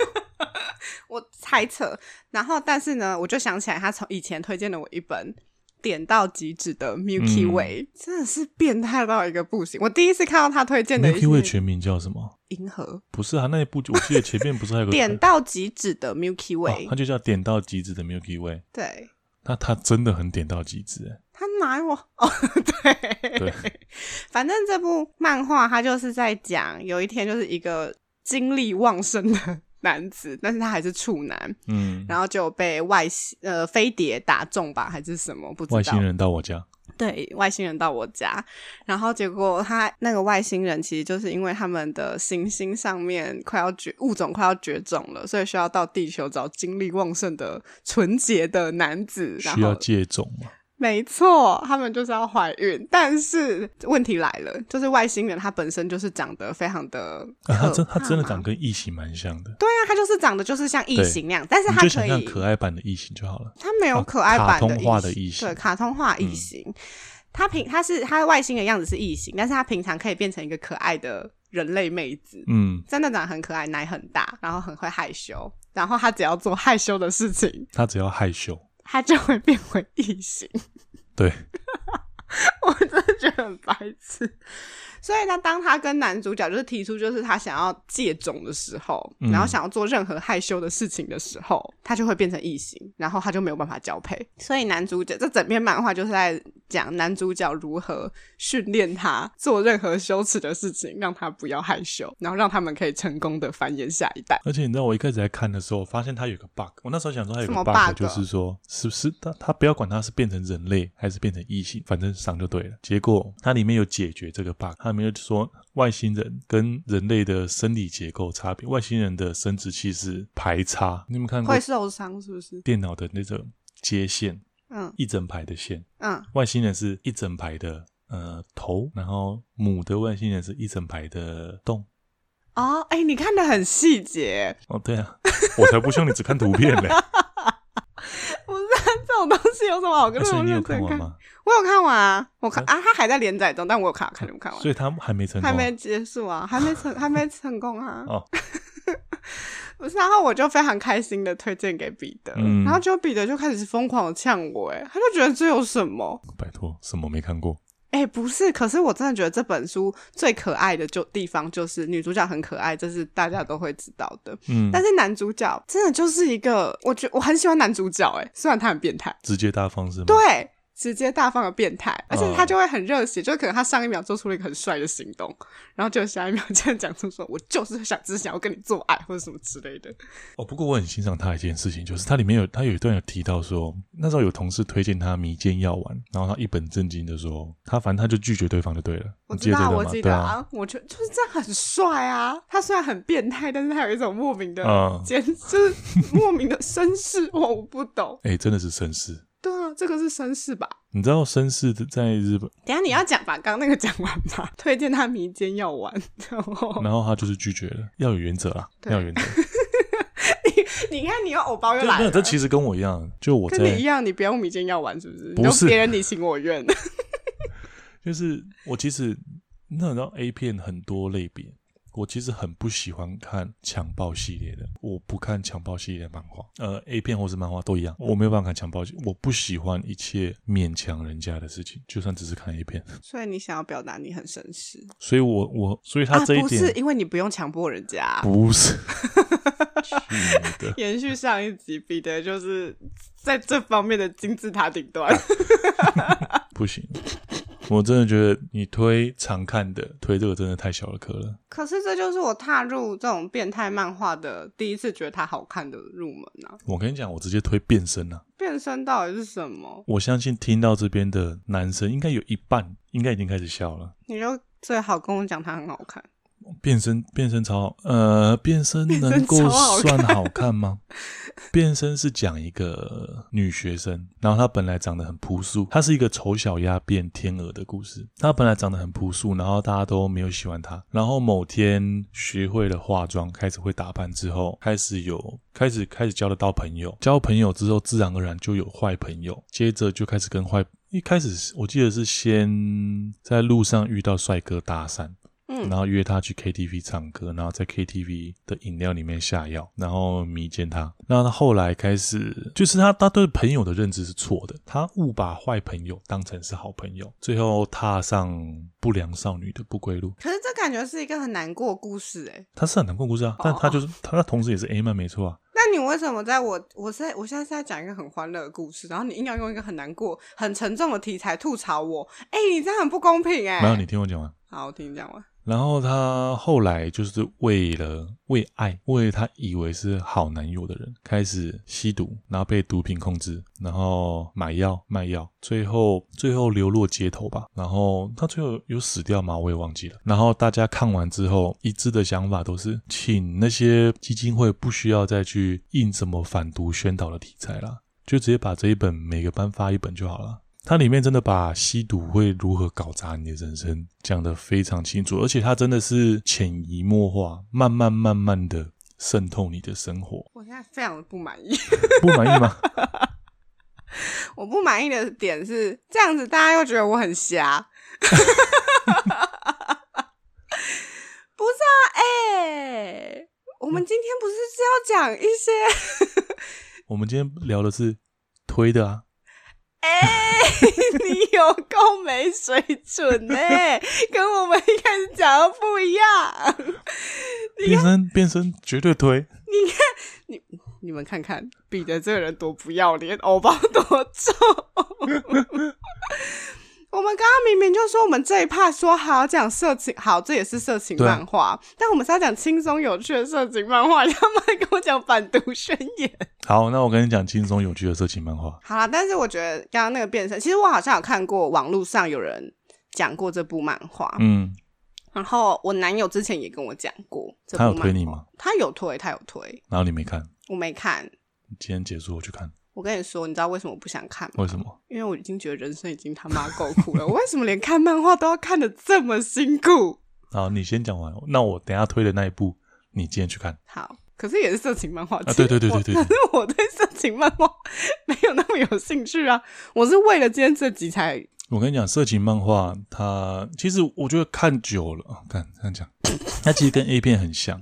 Speaker 2: 我猜测。然后，但是呢，我就想起来，他从以前推荐了我一本。点到即止的 Milky
Speaker 1: 嗯
Speaker 2: Way、真的是变态到一个不行。我第一次看到他推荐的一
Speaker 1: Milky Way
Speaker 2: 些
Speaker 1: 全名叫什么？
Speaker 2: 银河
Speaker 1: 不是啊，那一部我记得前面不是还有个
Speaker 2: 点到即止的 Milky
Speaker 1: 哦
Speaker 2: Way，、
Speaker 1: 它就叫点到极致的 Milky Way。
Speaker 2: 对
Speaker 1: 那它真的很点到极致、 欸，
Speaker 2: 他拿我哦，对
Speaker 1: 对，
Speaker 2: 反正这部漫画它就是在讲，有一天就是一个精力旺盛的男子，但是他还是处男，
Speaker 1: 嗯，
Speaker 2: 然后就被外星呃飞碟打中吧，还是什么不知道
Speaker 1: 外星人到我家，
Speaker 2: 对外星人到我家，然后结果他那个外星人其实就是因为他们的行星上面快要绝物种快要绝种了，所以需要到地球找精力旺盛的纯洁的男子，然
Speaker 1: 需要
Speaker 2: 后
Speaker 1: 借种嘛？
Speaker 2: 没错，他们就是要怀孕，但是问题来了，就是外星人他本身就是长得非常的可
Speaker 1: 啊，
Speaker 2: 怕嘛、
Speaker 1: 它真它真的长跟异形蛮像的，
Speaker 2: 对啊，他就是长得就是像异
Speaker 1: 对
Speaker 2: 形那样，但是
Speaker 1: 你
Speaker 2: 他
Speaker 1: 就
Speaker 2: 可
Speaker 1: 想
Speaker 2: 以
Speaker 1: 象可爱版的异形就好了。
Speaker 2: 它没有
Speaker 1: 啊
Speaker 2: 可爱版
Speaker 1: 卡通化的
Speaker 2: 异
Speaker 1: 异形嗯
Speaker 2: 对，卡通化异形。它平它是它外星的样子是异形，但是它平常可以变成一个可爱的人类妹子，
Speaker 1: 嗯，
Speaker 2: 真的长得很可爱，奶很大，然后很会害羞，然后它只要做害羞的事情，
Speaker 1: 它只要害羞，
Speaker 2: 它就会变回异形。
Speaker 1: 对，
Speaker 2: 我真的觉得很白痴。所以他当他跟男主角就是提出就是他想要借种的时候，
Speaker 1: 嗯
Speaker 2: 然后想要做任何害羞的事情的时候，他就会变成异形，然后他就没有办法交配。所以男主角这整篇漫画就是在讲男主角如何训练他做任何羞耻的事情，让他不要害羞，然后让他们可以成功的繁衍下一代。
Speaker 1: 而且你知道，我一开始在看的时候，我发现它有个 bug。我那时候想说它有
Speaker 2: 什
Speaker 1: 个
Speaker 2: 么
Speaker 1: bug，
Speaker 2: bug
Speaker 1: 就是说，是不是它它不要管它是变成人类还是变成异性，反正上就对了。结果它里面有解决这个 bug，它里面就说外星人跟人类的生理结构差别，外星人的生殖器是排插，你有没有看过
Speaker 2: 会受伤是不是？
Speaker 1: 电脑的那种接线，
Speaker 2: 嗯
Speaker 1: 一整排的线？
Speaker 2: 嗯，
Speaker 1: 外星人是一整排的呃头，然后母的外星人是一整排的洞。
Speaker 2: 哦，哎、你看的很细节，
Speaker 1: 哦，对啊，我才不像你只看图片嘞。 哎
Speaker 2: 不是、啊、这种东西有什么好跟
Speaker 1: 那
Speaker 2: 那
Speaker 1: 所以
Speaker 2: 种
Speaker 1: 你有
Speaker 2: 认
Speaker 1: 看
Speaker 2: 真
Speaker 1: 完
Speaker 2: 看？
Speaker 1: 吗？
Speaker 2: 我有看完啊，我看啊，他还在连载中，但我有看看没看
Speaker 1: 嗯
Speaker 2: 完
Speaker 1: 所，以他还没成功，
Speaker 2: 还没结束啊， 还没 成，还没成功啊。
Speaker 1: 哦，
Speaker 2: 不是，然后我就非常开心的推荐给彼得，
Speaker 1: 嗯
Speaker 2: 然后就彼得就开始疯狂的呛我，哎，他就觉得这有什么？
Speaker 1: 拜托，什么没看过？
Speaker 2: 哎，不是，可是我真的觉得这本书最可爱的就地方就是女主角很可爱，这是大家都会知道的。
Speaker 1: 嗯，
Speaker 2: 但是男主角真的就是一个，我觉我很喜欢男主角，哎，虽然他很变态。
Speaker 1: 直接大方是吗？，
Speaker 2: 对，直接大方的变态，而且他
Speaker 1: 哦
Speaker 2: 就会很热血，就可能他上一秒做出了一个很帅的行动，然后就下一秒这样讲出说“我就是想只想要跟你做爱”或者什么之类的。
Speaker 1: 哦，不过我很欣赏他一件事情，就是他里面有他有一段有提到说，那时候有同事推荐他迷奸药丸，然后他一本正经的说，他反正他就拒绝对方就对了。
Speaker 2: 我
Speaker 1: 你
Speaker 2: 知
Speaker 1: 记得这
Speaker 2: 道，
Speaker 1: 段
Speaker 2: 我
Speaker 1: 吗对
Speaker 2: 记得
Speaker 1: 啊，，
Speaker 2: 我觉得就是这样很帅啊。他虽然很变态，但是他有一种莫名的
Speaker 1: 嗯
Speaker 2: 坚，就是莫名的绅士，我我不懂。
Speaker 1: 哎，真的是绅士。
Speaker 2: 对啊，这个是绅士吧？
Speaker 1: 你知道绅士的在日本，
Speaker 2: 等一下你要讲把刚刚那个讲完吧。 推荐他迷奸药丸，然后
Speaker 1: 然后他就是拒绝了，要有原则啊，
Speaker 2: 哦对
Speaker 1: 要有原 则。
Speaker 2: 你看你又偶包又
Speaker 1: 就
Speaker 2: 来
Speaker 1: 没有，
Speaker 2: 了。
Speaker 1: 这其实跟我一样，就我
Speaker 2: 啊跟你
Speaker 1: 在
Speaker 2: 一，样，你不用迷奸药丸是不是？
Speaker 1: 不是
Speaker 2: 你都别人你情我愿。
Speaker 1: 就是我其实那你知道 A 片很多类别，我其实很不喜欢看强暴系列的，我不看强暴系列的漫画，呃，A 片或是漫画都一样，我没有办法看强暴系，我不喜欢一切勉强人家的事情，就算只是看 A 片，
Speaker 2: 所以你想要表达你很绅士
Speaker 1: 所以我我所以他
Speaker 2: 啊？
Speaker 1: 这一
Speaker 2: 不
Speaker 1: 点、
Speaker 2: 是因为你不用强迫人家。
Speaker 1: 不 是去你的。
Speaker 2: 延续上一集，彼得就是在这方面的金字塔 顶端。
Speaker 1: 不行，我真的觉得你推常看的推这个真的太小儿科了。
Speaker 2: 可是这就是我踏入这种变态漫画的第一次觉得它好看的入门啊！
Speaker 1: 我跟你讲，我直接推变身啊！
Speaker 2: 变身到底是什么？
Speaker 1: 我相信听到这边的男生应该有一半应该已经开始笑了。
Speaker 2: 你就最好跟我讲它很好看。
Speaker 1: 变身变身超好呃，变身能够
Speaker 2: 变身超好
Speaker 1: 算
Speaker 2: 看
Speaker 1: 好看 吗？变身是讲一个女学生，然后她本来长得很朴素，她是一个丑小鸭变天鹅的故事。她本来长得很朴素，然后大家都没有喜欢她。然后某天学会了化妆，开始会打扮之后，开始有开始开始交得到朋友，交朋友之后自然而然就有坏朋友，接着就开始跟坏。一开始是我记得是先在路上遇到帅哥搭讪，然后约他去 KTV 唱歌，然后在 KTV 的饮料里面下药，然后迷奸他。那他后来开始，就是他他对朋友的认知是错的，他误把坏朋友当成是好朋友，最后踏上不良少女的不归路。
Speaker 2: 可是这感觉是一个很难过的故事哎、
Speaker 1: 他是很难过的故事啊，但他就是他，他同时也是 A 曼没错啊。
Speaker 2: 那你为什么在我我是在我现在是在讲一个很欢乐的故事，然后你硬要用一个很难过、很沉重的题材吐槽我？哎、你这样很不公平哎、
Speaker 1: 没有，你听我讲啊完。
Speaker 2: 好，我听你讲完。
Speaker 1: 然后他后来就是为了为爱，为了他以为是好男友的人，开始吸毒，然后被毒品控制，然后买药卖药，最后最后流落街头吧。然后他最后有死掉吗？我也忘记了。然后大家看完之后，一致的想法都是，请那些基金会不需要再去印什么反毒宣导的题材啦，就直接把这一本每个班发一本就好了。它里面真的把吸毒会如何搞砸你的人生讲得非常清楚，而且它真的是潜移默化，慢慢慢慢的渗透你的生活。
Speaker 2: 我现在非常的不满意，
Speaker 1: 不满意吗？
Speaker 2: 我不满意的点是这样子，大家又觉得我很瞎。 不是啊，哎、我们今天不是是要讲一些
Speaker 1: 我们今天聊的是推的啊，
Speaker 2: 哎、 你有够没水准呢、跟我们一开始讲的不一样。
Speaker 1: 变身变身绝对推。
Speaker 2: 你你们看看，彼得这个人多不要脸，偶包多重。 我们刚刚明明就说我们这一趴说好要讲色情，好，这也是色情
Speaker 1: 对啊
Speaker 2: 漫画，但我们是要讲轻松有趣的色情漫画，你他妈跟我讲反毒宣言。
Speaker 1: 好，那我跟你讲轻松有趣的色情漫画，
Speaker 2: 好啦，但是我觉得刚刚那个变身，其实我好像有看过网络上有人讲过这部漫画，
Speaker 1: 嗯，
Speaker 2: 然后我男友之前也跟我讲过这部
Speaker 1: 他
Speaker 2: 漫
Speaker 1: 有
Speaker 2: 画，
Speaker 1: 推你吗？
Speaker 2: 他有推，他有推，
Speaker 1: 然后你没看，
Speaker 2: 我没看。
Speaker 1: 今天结束我去看，
Speaker 2: 我跟你说，你知道为什么我不想看吗？
Speaker 1: 为什么？
Speaker 2: 因为我已经觉得人生已经他妈够苦了，我为什么连看漫画都要看的这么辛苦？
Speaker 1: 好，你先讲完，那我等一下推的那一部，你今天去看。
Speaker 2: 好，可是也是色情漫画
Speaker 1: 对啊对对对对对
Speaker 2: 可是 我对色情漫画没有那么有兴趣啊，我是为了今天这集才
Speaker 1: 我跟你讲，色情漫画它其实我觉得看久了，啊看这样讲， 它其实跟 A 片很像，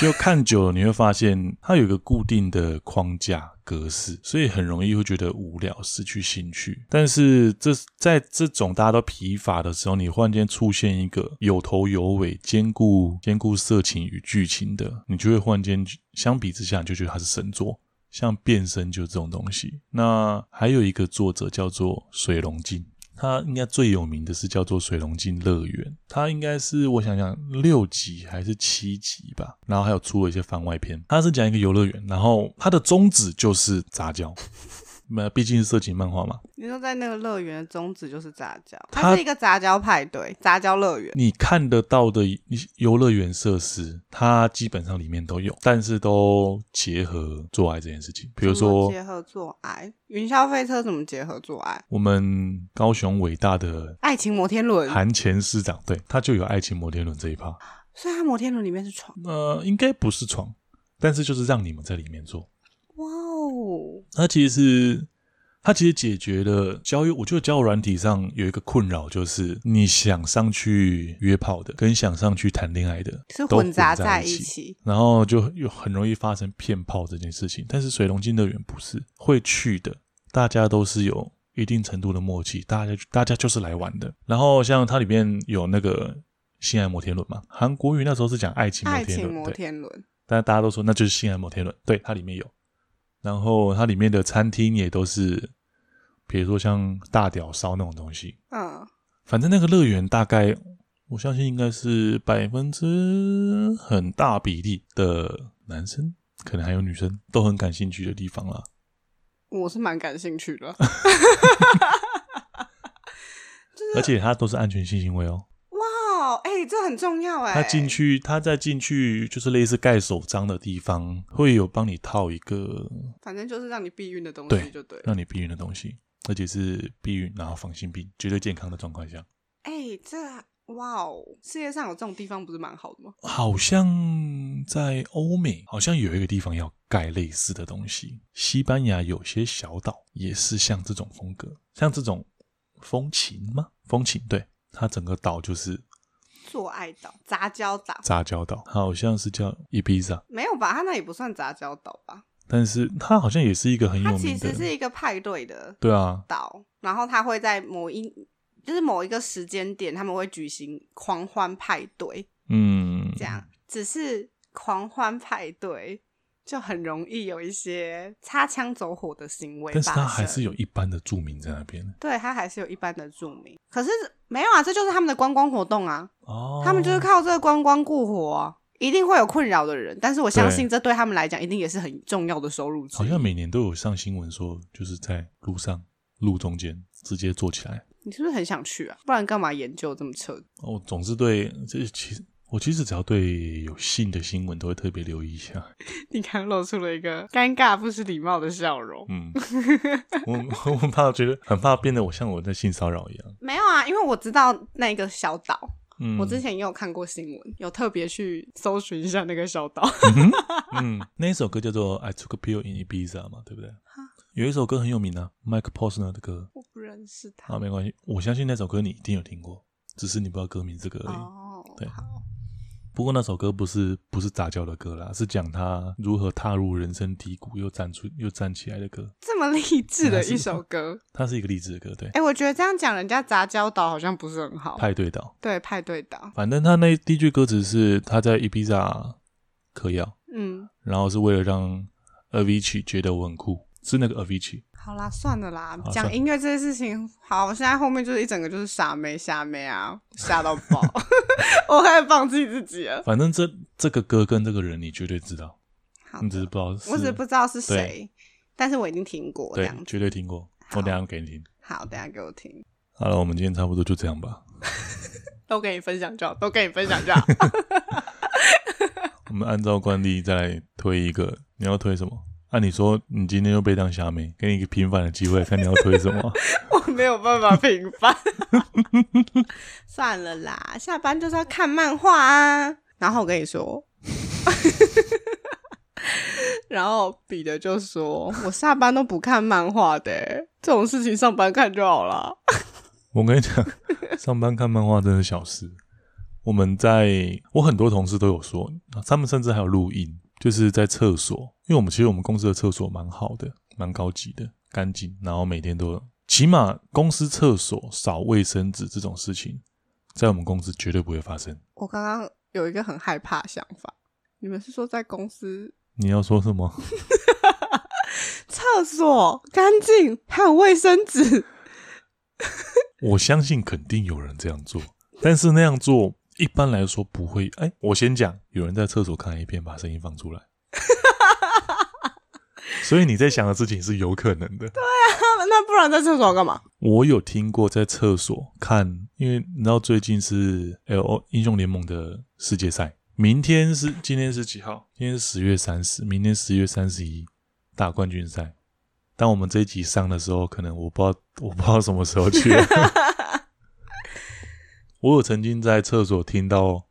Speaker 1: 就看久了你会发现它有一个固定的框架格式，所以很容易会觉得无聊，失去兴趣。但是这在这种大家都疲乏的时候，你忽然间出现一个有头有尾、兼顾兼顾色情与剧情的，你就会忽然间相比之下，你就觉得它是神作。像变身就这种东西，那还有一个作者叫做水龙镜，它应该最有名的是叫做《水龙镜乐园》，它应该是我想想六集还是七集吧，然后还有出了一些番外篇。它是讲一个游乐园，然后它的宗旨就是杂交， 那毕竟是色情漫画嘛。
Speaker 2: 你说在那个乐园的宗旨就是杂交，
Speaker 1: 它
Speaker 2: 它是一个杂交派对，杂交乐园。
Speaker 1: 你看得到的游乐园设施，它基本上里面都有，但是都结合做爱这件事情。比如
Speaker 2: 怎么
Speaker 1: 说，
Speaker 2: 结合做爱，云霄飞车怎么结合做爱？
Speaker 1: 我们高雄伟大的
Speaker 2: 爱情摩天轮，
Speaker 1: 韩前市长，对，他就有爱情摩天轮这一趴。
Speaker 2: 所以它摩天轮里面是床。
Speaker 1: 呃，应该不是床，但是就是让你们在里面做。
Speaker 2: 哇哦，
Speaker 1: 它其实是它其实解决了交友，我觉得交友软体上有一个困扰，就是你想上去约炮的，跟想上去谈恋爱的
Speaker 2: 是
Speaker 1: 都
Speaker 2: 混杂
Speaker 1: 在
Speaker 2: 在一
Speaker 1: 起。
Speaker 2: 起。
Speaker 1: 然后就又很容易发生骗炮这件事情，但是水龙镜乐园不是会去的，大家都是有一定程度的默契，大家大家就是来玩的。然后像它里面有那个性爱摩天轮嘛，韩国语那时候是讲爱情摩
Speaker 2: 爱
Speaker 1: 天
Speaker 2: 情
Speaker 1: 轮，
Speaker 2: 摩
Speaker 1: 对
Speaker 2: 天轮，
Speaker 1: 但大家都说那就是性爱摩天轮，对，它里面有。然后它里面的餐厅也都是，比如说像大屌烧那种东西。
Speaker 2: 嗯，
Speaker 1: 反正那个乐园大概，我相信应该是百分之很大比例的男生，可能还有女生都很感兴趣的地方啦。
Speaker 2: 我是蛮感兴趣 的。
Speaker 1: 而且它都是安全性行为哦。
Speaker 2: 哇，哎、对，这很重要哎、
Speaker 1: 他进去，他在进去就是类似盖手章的地方，会有帮你套一个
Speaker 2: 反正就是让你避孕的东
Speaker 1: 对
Speaker 2: 西就对了。
Speaker 1: 让你避孕的东西，而且是避孕然后防性病，绝对健康的状况下，
Speaker 2: 哎、
Speaker 1: 嗯
Speaker 2: 这哇哦，世界上有这种地方不是蛮好的吗？
Speaker 1: 好像在欧美好像有一个地方要盖类似的东西，西班牙有些小岛也是像这种风格，像这种风情吗？风情对，它整个岛就是
Speaker 2: 做爱岛、杂交岛
Speaker 1: 杂交岛，它好像是叫伊比萨，
Speaker 2: 没有吧？它那也不算杂交岛吧？
Speaker 1: 但是它好像也是一个很
Speaker 2: 它
Speaker 1: 有
Speaker 2: 其
Speaker 1: 名
Speaker 2: 实
Speaker 1: 嗯
Speaker 2: 是
Speaker 1: 的，
Speaker 2: 一个派对的
Speaker 1: 对啊，
Speaker 2: 岛，然后它会在某一就是某一个时间点，他们会举行狂欢派对，
Speaker 1: 嗯，
Speaker 2: 这样。只是狂欢派对就很容易有一些擦枪走火的行为
Speaker 1: 但
Speaker 2: 发
Speaker 1: 是
Speaker 2: 生，
Speaker 1: 它还是有一般的著名在那边
Speaker 2: 对它还是有一般的著名。可是没有啊，这就是他们的观光活动啊。
Speaker 1: 哦，
Speaker 2: 他们就是靠这个观光过活、一定会有困扰的人，但是我相信这对他们来讲一定也是很重要的收入之一
Speaker 1: 好像每年都有上新闻说，就是在路上路中间直接坐起来。
Speaker 2: 你是不是很想去啊？不然干嘛研究这么彻底？
Speaker 1: 我哦总是对这其实我其实只要对有性的新闻都会特别留意一下。
Speaker 2: 你刚露出了一个尴尬不失礼貌的笑容。
Speaker 1: 嗯，我我很怕觉得很怕变得我像我在性骚扰一样。
Speaker 2: 没有啊，因为我知道那个小岛，
Speaker 1: 嗯，
Speaker 2: 我之前也有看过新闻，有特别去搜寻一下那个小岛。
Speaker 1: 嗯那一首歌叫做《I Took a Pill in Ibiza》嘛，对不对？有一首歌很有名啊，Mike Posner 的歌
Speaker 2: 我不认识他
Speaker 1: 啊，没关系，我相信那首歌你一定有听过，只是你不知道歌名这个而已。
Speaker 2: 哦
Speaker 1: 对
Speaker 2: 好，
Speaker 1: 不过那首歌不是不是杂交的歌啦，是讲他如何踏入人生低谷又站出又站起来的歌。
Speaker 2: 这么励志的一首歌，
Speaker 1: 它是一个励志的歌，对
Speaker 2: 哎、。我觉得这样讲人家杂交岛好像不是很好。
Speaker 1: 派对岛，
Speaker 2: 对，派对岛，
Speaker 1: 反正他那第一句歌词是他在伊比萨嗑药，
Speaker 2: 嗯，
Speaker 1: 然后是为了让 Avicii 觉得我很酷，是那个 Avicii。
Speaker 2: 好啦，算了啦
Speaker 1: 好，算
Speaker 2: 讲
Speaker 1: 了
Speaker 2: 音乐这件事情，好，我现在后面就是一整个就是傻妹傻妹啊，傻到爆， 我开始放弃自己了。
Speaker 1: 反正这这个歌跟这个人你绝对知道，
Speaker 2: 好
Speaker 1: 你只是
Speaker 2: 的，
Speaker 1: 不知道是，
Speaker 2: 我只是不知道是
Speaker 1: 对
Speaker 2: 谁，但是我已经听过这
Speaker 1: 对
Speaker 2: 样，子。
Speaker 1: 绝对听过。我等一下给你听。
Speaker 2: 好，等一下给我听，
Speaker 1: 好了，我们今天差不多就这样吧。
Speaker 2: 都跟你分享就好，都跟你分享就好。
Speaker 1: 我们按照惯例再来推一个，你要推什么？按、你说你今天又被当虾妹，给你一个平反的机会，看你要推什么。
Speaker 2: 我没有办法平凡。算了啦，下班就是要看漫画啊。然后我跟你说， 然后彼得就说：“我下班都不看漫画的、这种事情上班看就好了。
Speaker 1: 我跟你讲，上班看漫画真的是小事。我们在我很多同事都有说，他们甚至还有录音，就是在厕所，因为我们其实我们公司的厕所蛮好的，蛮高级的，干净，然后每天都有，起码公司厕所扫卫生纸这种事情，在我们公司绝对不会发生。”
Speaker 2: 我刚刚有一个很害怕的想法，你们是说在公司
Speaker 1: 你要说什么？
Speaker 2: 厕所干净，还有卫生纸？
Speaker 1: 我相信肯定有人这样做，但是那样做一般来说不会。哎，我先讲，有人在厕所看 A 片，把声音放出来。 所以你在想的事情是有可能的。
Speaker 2: 那那不然在厕所要干嘛？
Speaker 1: 我有听过在厕所看，因为你知道最近是 L O 英雄联盟的世界赛，明天是今天是几号？今天是十月三十，明天十月三十一打冠军赛。当我们这一集上的时候，可能我不知道我不知道什么时候去了。我有曾经在厕所听到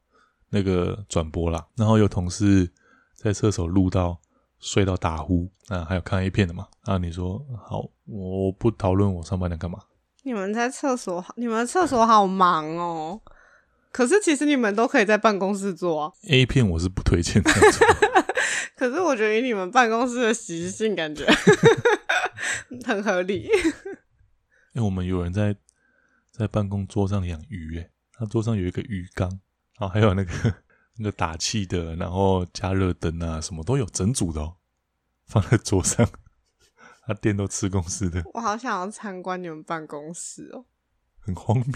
Speaker 1: 那个转播啦，然后有同事在厕所录到睡到打呼啊，还有看 A 片的嘛。啊，你说好，我不讨论我上班在干嘛。
Speaker 2: 你们在厕所，你们厕所好忙哦。可是其实你们都可以在办公室做啊。
Speaker 1: A 片我是不推荐这样做，
Speaker 2: 可是我觉得以你们办公室的习性，感觉 很合理。
Speaker 1: 因为我们有人在在办公桌上养鱼、欸，他桌上有一个鱼缸，然后还有那个那个打气的，然后加热灯啊，什么都有，整组的哦，放在桌上。 他店都吃公司的，
Speaker 2: 我好想要参观你们办公室哦，
Speaker 1: 很荒谬。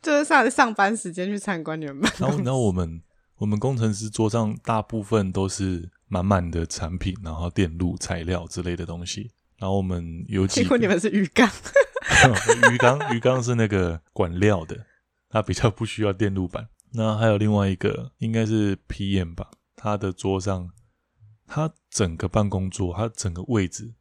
Speaker 2: 就是上上班时间去参观你们办
Speaker 1: 然后，然后我们我们工程师桌上大部分都是满满的产品，然后电路、材料之类的东西。然后我们有几
Speaker 2: 结果你们是鱼缸，
Speaker 1: 鱼缸，鱼缸是那个管料的，它比较不需要电路板。那还有另外一个应该是 PM 吧，他的桌上，他整个办公桌，他整个位置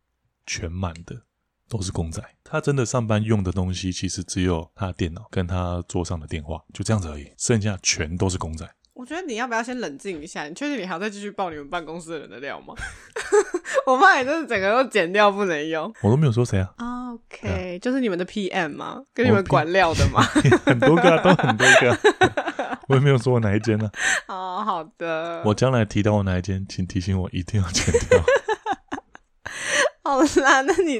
Speaker 1: 全满的都是公仔。他真的上班用的东西，其实只有他的电脑跟他桌上的电话，就这样子而已，剩下全都是公仔。
Speaker 2: 我觉得你要不要先冷静一下？你确定你还要再继续爆你们办公室的人的料吗？ 我怕你就是整个都剪掉不能用。
Speaker 1: 我都没有说谁啊，
Speaker 2: OK，、就是你们的 PM 吗？跟
Speaker 1: 我
Speaker 2: 你
Speaker 1: 的
Speaker 2: 们
Speaker 1: P-
Speaker 2: 管料的吗？
Speaker 1: 很多个啊，都很多个啊、我也没有说我哪一间呢、
Speaker 2: 哦，好的。
Speaker 1: 我将来提到我哪一间，请提醒我一定要剪 掉。
Speaker 2: 好啦，那你，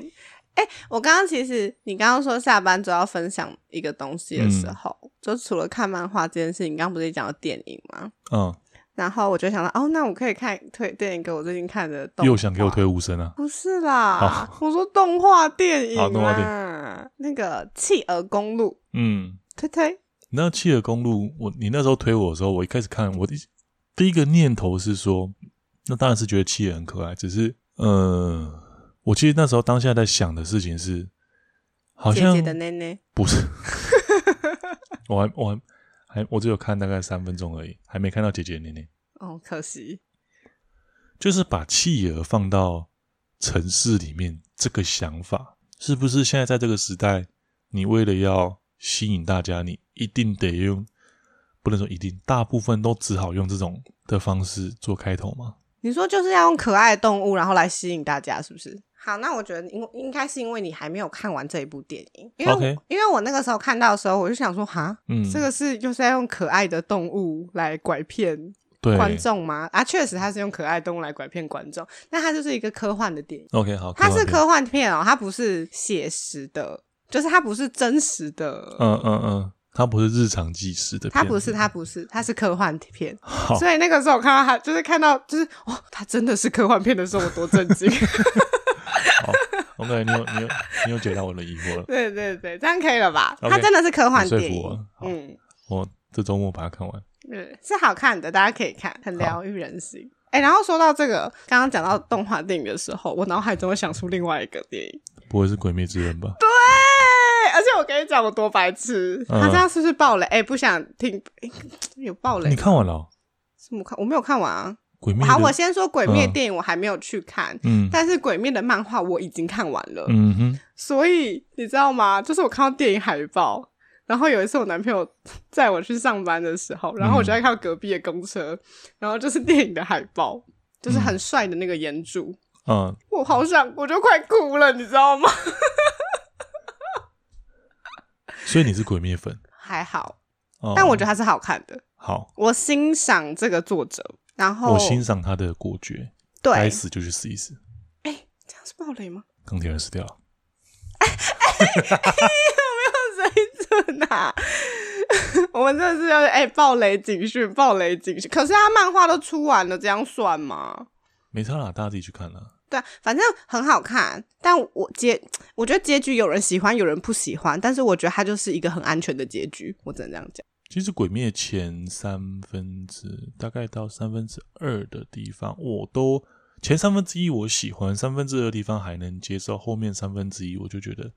Speaker 2: 哎、我刚刚其实你刚刚说下班主要分享一个东西的
Speaker 1: 嗯
Speaker 2: 时候，就除了看漫画这件事情，你刚刚不是也讲到电影吗？
Speaker 1: 嗯，
Speaker 2: 然后我就想到，哦，那我可以看推电影给我最近看的动画。
Speaker 1: 又想给我推？无声啊？
Speaker 2: 不是啦，我说动画电影
Speaker 1: 好动画电
Speaker 2: 影，那个《企鹅公路》
Speaker 1: 嗯，
Speaker 2: 推推，
Speaker 1: 你知道《企鹅公路》，我你那时候推我的时候，我一开始看，我第第一个念头是说，那当然是觉得企鹅很可爱，只是呃，我其实那时候当下在想的事情是，好
Speaker 2: 姐
Speaker 1: 像
Speaker 2: 姐的内内，
Speaker 1: 不是， 我还我还还我只有看大概三分钟而已，还没看到姐姐的年龄，
Speaker 2: 哦，可惜，
Speaker 1: 就是把企鹅放到城市里面这个想法，是不是现在在这个时代，你为了要吸引大家，你一定得用，不能说一定，大部分都只好用这种的方式做开头吗？
Speaker 2: 你说就是要用可爱的动物，然后来吸引大家，是不是？好，那我觉得应应该是因为你还没有看完这一部电影，因为我
Speaker 1: OK
Speaker 2: 因为我那个时候看到的时候，我就想说，哈，
Speaker 1: 嗯
Speaker 2: 这个是就是要用可爱的动物来拐骗
Speaker 1: 对
Speaker 2: 观众吗？啊，确实他是用可爱的动物来拐骗观众，但它就是一个科幻的电影，
Speaker 1: ，OK，好，
Speaker 2: 它
Speaker 1: 科
Speaker 2: 是
Speaker 1: 幻片，
Speaker 2: 科幻片哦，它不是写实的，就是它不是真实的，
Speaker 1: 嗯嗯嗯，它不是日常纪实的片子，
Speaker 2: 它不是，它不是，它是科幻片。
Speaker 1: 好，
Speaker 2: 所以那个时候我看到他，就是看到就是哇，他真的是科幻片的时候，我多震 惊。
Speaker 1: 好，OK，你有你有你有解答我的疑惑了，
Speaker 2: 对对对，这样可以了吧？
Speaker 1: OK，
Speaker 2: 它真的是科幻
Speaker 1: 你说
Speaker 2: 电
Speaker 1: 服我
Speaker 2: 影
Speaker 1: 了，好
Speaker 2: 嗯，
Speaker 1: 我这周末把它看完。
Speaker 2: 嗯，是好看的，大家可以看，很疗愈人心。哎、然后说到这个，刚刚讲到动画电影的时候，我脑海中会想出另外一个电影。
Speaker 1: 不会是《鬼灭之刃》吧？
Speaker 2: 对，而且我跟你讲，我多白痴，
Speaker 1: 嗯
Speaker 2: 他这样是不是爆雷？哎、不想听， 哎有爆雷
Speaker 1: 你？看完了、哦
Speaker 2: 什么看？我没有看完啊。
Speaker 1: 《鬼灭》的？
Speaker 2: 好，我先说《鬼灭》
Speaker 1: 嗯
Speaker 2: 电影，我还没有去看，
Speaker 1: 嗯
Speaker 2: 但是《鬼灭》的漫画我已经看完了。
Speaker 1: 嗯哼，
Speaker 2: 所以你知道吗？就是我看到电影海报，然后有一次我男朋友 载我去上班的时候，然后我
Speaker 1: 嗯
Speaker 2: 就在看到隔壁的公车，然后就是电影的海报，就是很帅的那个岩柱，
Speaker 1: 嗯，
Speaker 2: 我好想，我就快哭了，你知道吗？
Speaker 1: 所以你是《鬼灭》粉，
Speaker 2: 还好，
Speaker 1: 哦、
Speaker 2: 但我觉得它是好看的，
Speaker 1: 好，
Speaker 2: 我欣赏这个作者，然后
Speaker 1: 我欣赏他的果决，
Speaker 2: 对，
Speaker 1: 该死就去死一死。
Speaker 2: 这样是暴雷吗？
Speaker 1: 钢铁人死掉了，
Speaker 2: 水准啊！ 我们真的是要哎、暴雷警讯，暴雷警讯。可是他漫画都出完了，这样算吗？
Speaker 1: 没差啦，大家自己去看啦。
Speaker 2: 对啊，反正很好看，但我结我觉得结局有人喜欢，有人不喜欢，但是我觉得它就是一个很安全的结局，我只能这样讲。
Speaker 1: 其实《鬼灭》前三分之大概到三分之二的地方，我都前三分之一我喜欢，三分之二的地方还能接受，后面三分之一我就觉得，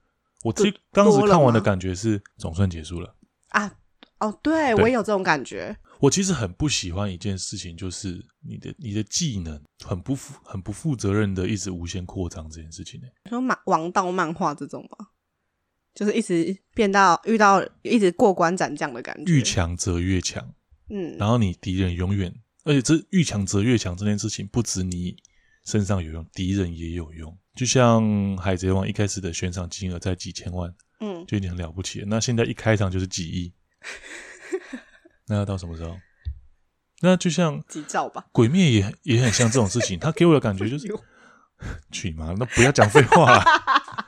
Speaker 1: 我其实当时
Speaker 2: 多了
Speaker 1: 看完
Speaker 2: 吗
Speaker 1: 的感觉是总算结束了。
Speaker 2: 啊，哦，
Speaker 1: 对
Speaker 2: 对我也有这种感觉，
Speaker 1: 我其实很不喜欢一件事情，就是你的你的技能很不负很不负责任的一直无限扩张这件事情呢、欸
Speaker 2: 你说漫王道漫画这种吗？就是一直变到遇到一直过关斩将的感觉，
Speaker 1: 遇强则越强，
Speaker 2: 嗯，
Speaker 1: 然后你敌人永远，而且这遇强则越强这件事情不止你身上有用，敌人也有用。就像《海贼王》一开始的悬赏金额在几千万，
Speaker 2: 嗯，
Speaker 1: 就已经很了不起了。那现在一开场就是几亿，那要到什么时候？那就像《
Speaker 2: 几兆吧，
Speaker 1: 鬼灭》也也很像这种事情，它给我的感觉就是
Speaker 2: 有
Speaker 1: 去你妈！那不要讲废话了。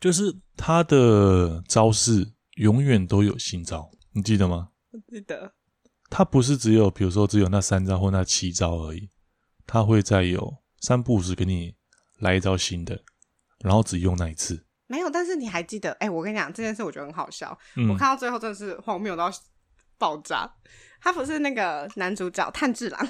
Speaker 1: 就是他的招式永远都有新招，你记得吗？
Speaker 2: 我记得，
Speaker 1: 他不是只有比如说只有那三招或那七招而已，他会再有三不五时给你来一招新的，然后只用那一次。
Speaker 2: 没有，但是你还记得？哎、我跟你讲这件事，我觉得很好笑。
Speaker 1: 嗯
Speaker 2: 我看到最后真的是荒谬到爆炸。他不是那个男主角炭治郎，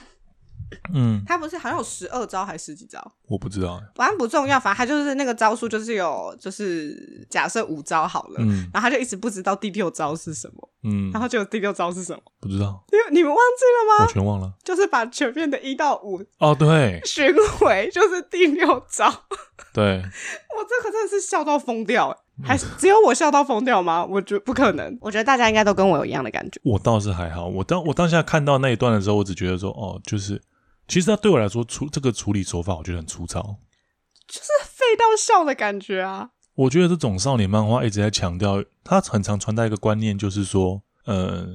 Speaker 1: 嗯，
Speaker 2: 他不是好像有十二招还是十几招？
Speaker 1: 我不知道欸，
Speaker 2: 反正不重要，反正他就是那个招数，就是有就是假设五招好了，
Speaker 1: 嗯
Speaker 2: 然后他就一直不知道第六招是什么，
Speaker 1: 嗯
Speaker 2: 然，后就有第六招是什么，
Speaker 1: 不知道，
Speaker 2: 因为你们忘记了吗？
Speaker 1: 我全忘了。
Speaker 2: 就是把前面的一到五
Speaker 1: 哦，对
Speaker 2: 巡回，就是第六招。 我
Speaker 1: 对，
Speaker 2: 这个真的是笑到疯掉、欸，
Speaker 1: 嗯
Speaker 2: 还是只有我笑到疯掉吗？我觉得不可能，我觉得大家应该都跟我有一样的感觉。
Speaker 1: 我倒是还好。我当我当下看到那一段的时候，我只觉得说，哦，就是其实它对我来说处这个处理手法，我觉得很粗糙。
Speaker 2: 废到笑的感觉啊！
Speaker 1: 我觉得这种少年漫画一直在强调，它很常传达一个观念，就是说，呃，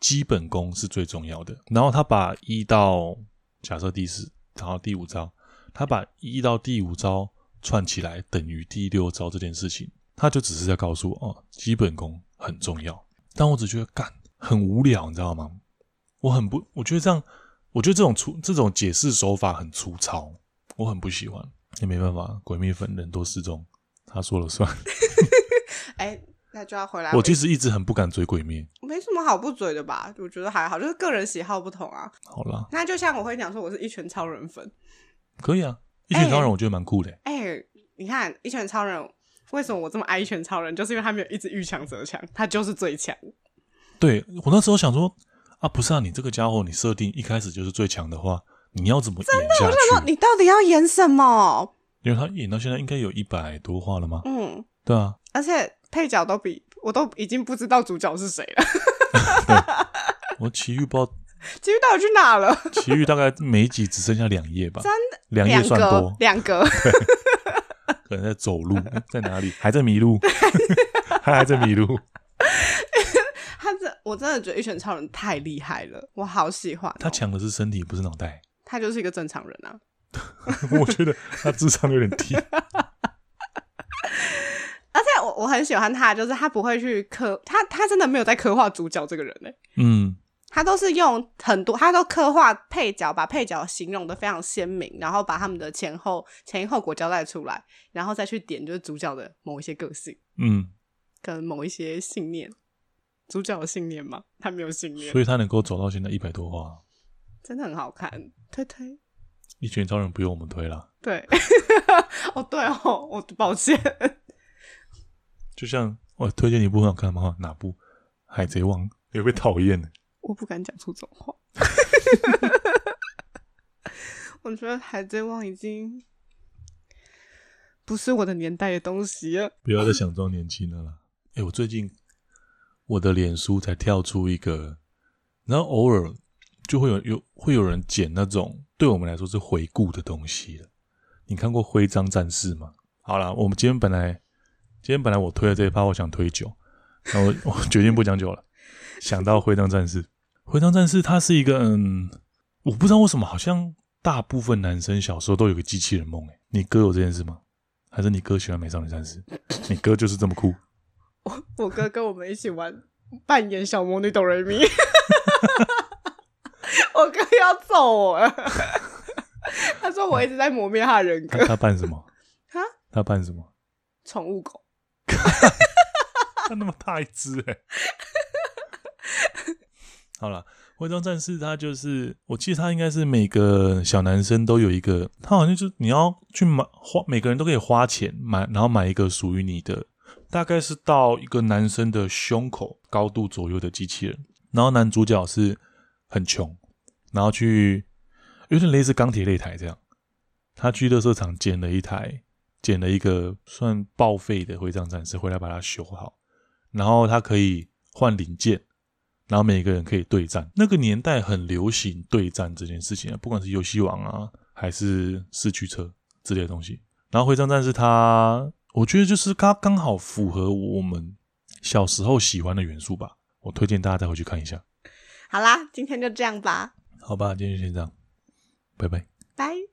Speaker 1: 基本功是最重要的。然后他把一到假设第四，然后第五招，他把一到第五招串起来等于第六招这件事情，他就只是在告诉我，哦，基本功很重要。但我只觉得干很无聊，你知道吗？我很不，我觉得这样，我觉得这种粗这种解释手法很粗糙，我很不喜欢。也没办法，鬼蜜粉人多势众，他说了算。
Speaker 2: 哎、那就要回来。
Speaker 1: 我其实一直很不敢追鬼灭。
Speaker 2: 没什么好不嘴的吧，我觉得还好，就是个人喜好不同啊。
Speaker 1: 好啦，
Speaker 2: 那就像我会讲说，我是一拳超人粉。
Speaker 1: 可以啊，一拳超人我觉得蛮酷的、
Speaker 2: 哎、你看一拳超人，为什么我这么爱一拳超人？就是因为他没有一直遇强则强，他就是最强。
Speaker 1: 对我那时候想说啊，不是啊，你这个家伙你设定一开始就是最强的话，你要怎么演下
Speaker 2: 那
Speaker 1: 去？
Speaker 2: 你到底要演什么？
Speaker 1: 因为他演到现在应该有一百多话了吗？
Speaker 2: 嗯，
Speaker 1: 对啊，
Speaker 2: 而且配角都比我都已经不知道主角是谁了，
Speaker 1: 我奇遇不知
Speaker 2: 其实到底去哪了？
Speaker 1: 道，奇遇大概每一集只剩下两页吧，真的两页
Speaker 2: 两
Speaker 1: 算
Speaker 2: 格
Speaker 1: 多，，
Speaker 2: 两格。
Speaker 1: 可能在走路，诶在哪里？还在迷路， 他还在迷路。
Speaker 2: 他这我真的觉得一拳超人太厉害了，我好喜欢哦、
Speaker 1: 他抢的是身体，不是脑袋。
Speaker 2: 他就是一个正常人啊。
Speaker 1: 我觉得他智商有点低。
Speaker 2: 而且我我很喜欢他，就是他不会去刻他他真的没有在刻画主角这个人呢、
Speaker 1: 嗯，
Speaker 2: 他都是用很多，他都刻画配角，把配角形容的非常鲜明，然后把他们的前后前因后果交代出来，然后再去点就是主角的某一些个性
Speaker 1: 嗯，
Speaker 2: 跟某一些信念。主角有信念吗？他没有信念
Speaker 1: 所，以他能够走到现在一百多话，
Speaker 2: 真的很好看，推推。
Speaker 1: 一拳超人不用我们推了。
Speaker 2: 对， 哦对哦，我抱歉，
Speaker 1: 就像我推荐你一部很好看的漫画，哪部？《海贼王》也被讨厌的。
Speaker 2: 我不敢讲出这种话。 我觉得《海贼王》已经不是我的年代的东西了。
Speaker 1: 不要再想装年轻了 啦。哎、我最近我的脸书才跳出一个，然后偶尔就会有有会有人剪那种对我们来说是回顾的东西了。你看过《徽章战士》吗？好啦，我们今天本来今天本来我推了这一趴，我想推酒，然后我我决定不讲酒了。想到《徽章战士》， 《徽章战士》它是一个嗯，我不知道为什么，好像大部分男生小时候都有个机器人梦。哎，你哥有这件事吗？还是你哥喜欢美少女战士？你哥就是这么酷。
Speaker 2: 我哥跟我们一起玩扮演小魔女哆瑞咪， 我哥要揍我了。他说我一直在磨灭他的人
Speaker 1: 他
Speaker 2: 格。
Speaker 1: 他扮什么？
Speaker 2: 哈，
Speaker 1: 他扮什么？
Speaker 2: 宠物狗，
Speaker 1: 他那么大一只哎、 好了，徽章战士他就是，我记得他应该是每个小男生都有一个，他好像就是你要去买花，每个人都可以花钱买，然后买一个属于你的，大概是到一个男生的胸口高度左右的机器人。然后男主角是很穷，然后去有点类似钢铁擂台这样，他去乐色场捡了一台，捡了一个算报废的徽章战士回来把它修好，然后它可以换零件，然后每个人可以对战。那个年代很流行对战这件事情啊，不管是游戏王啊，还是四驱车之类的东西。然后徽章战士它，我觉得就是它刚好符合我们小时候喜欢的元素吧。我推荐大家再回去看一下，
Speaker 2: 好啦，今天就这样吧，
Speaker 1: 好吧？今天就先这样，拜拜。
Speaker 2: 拜。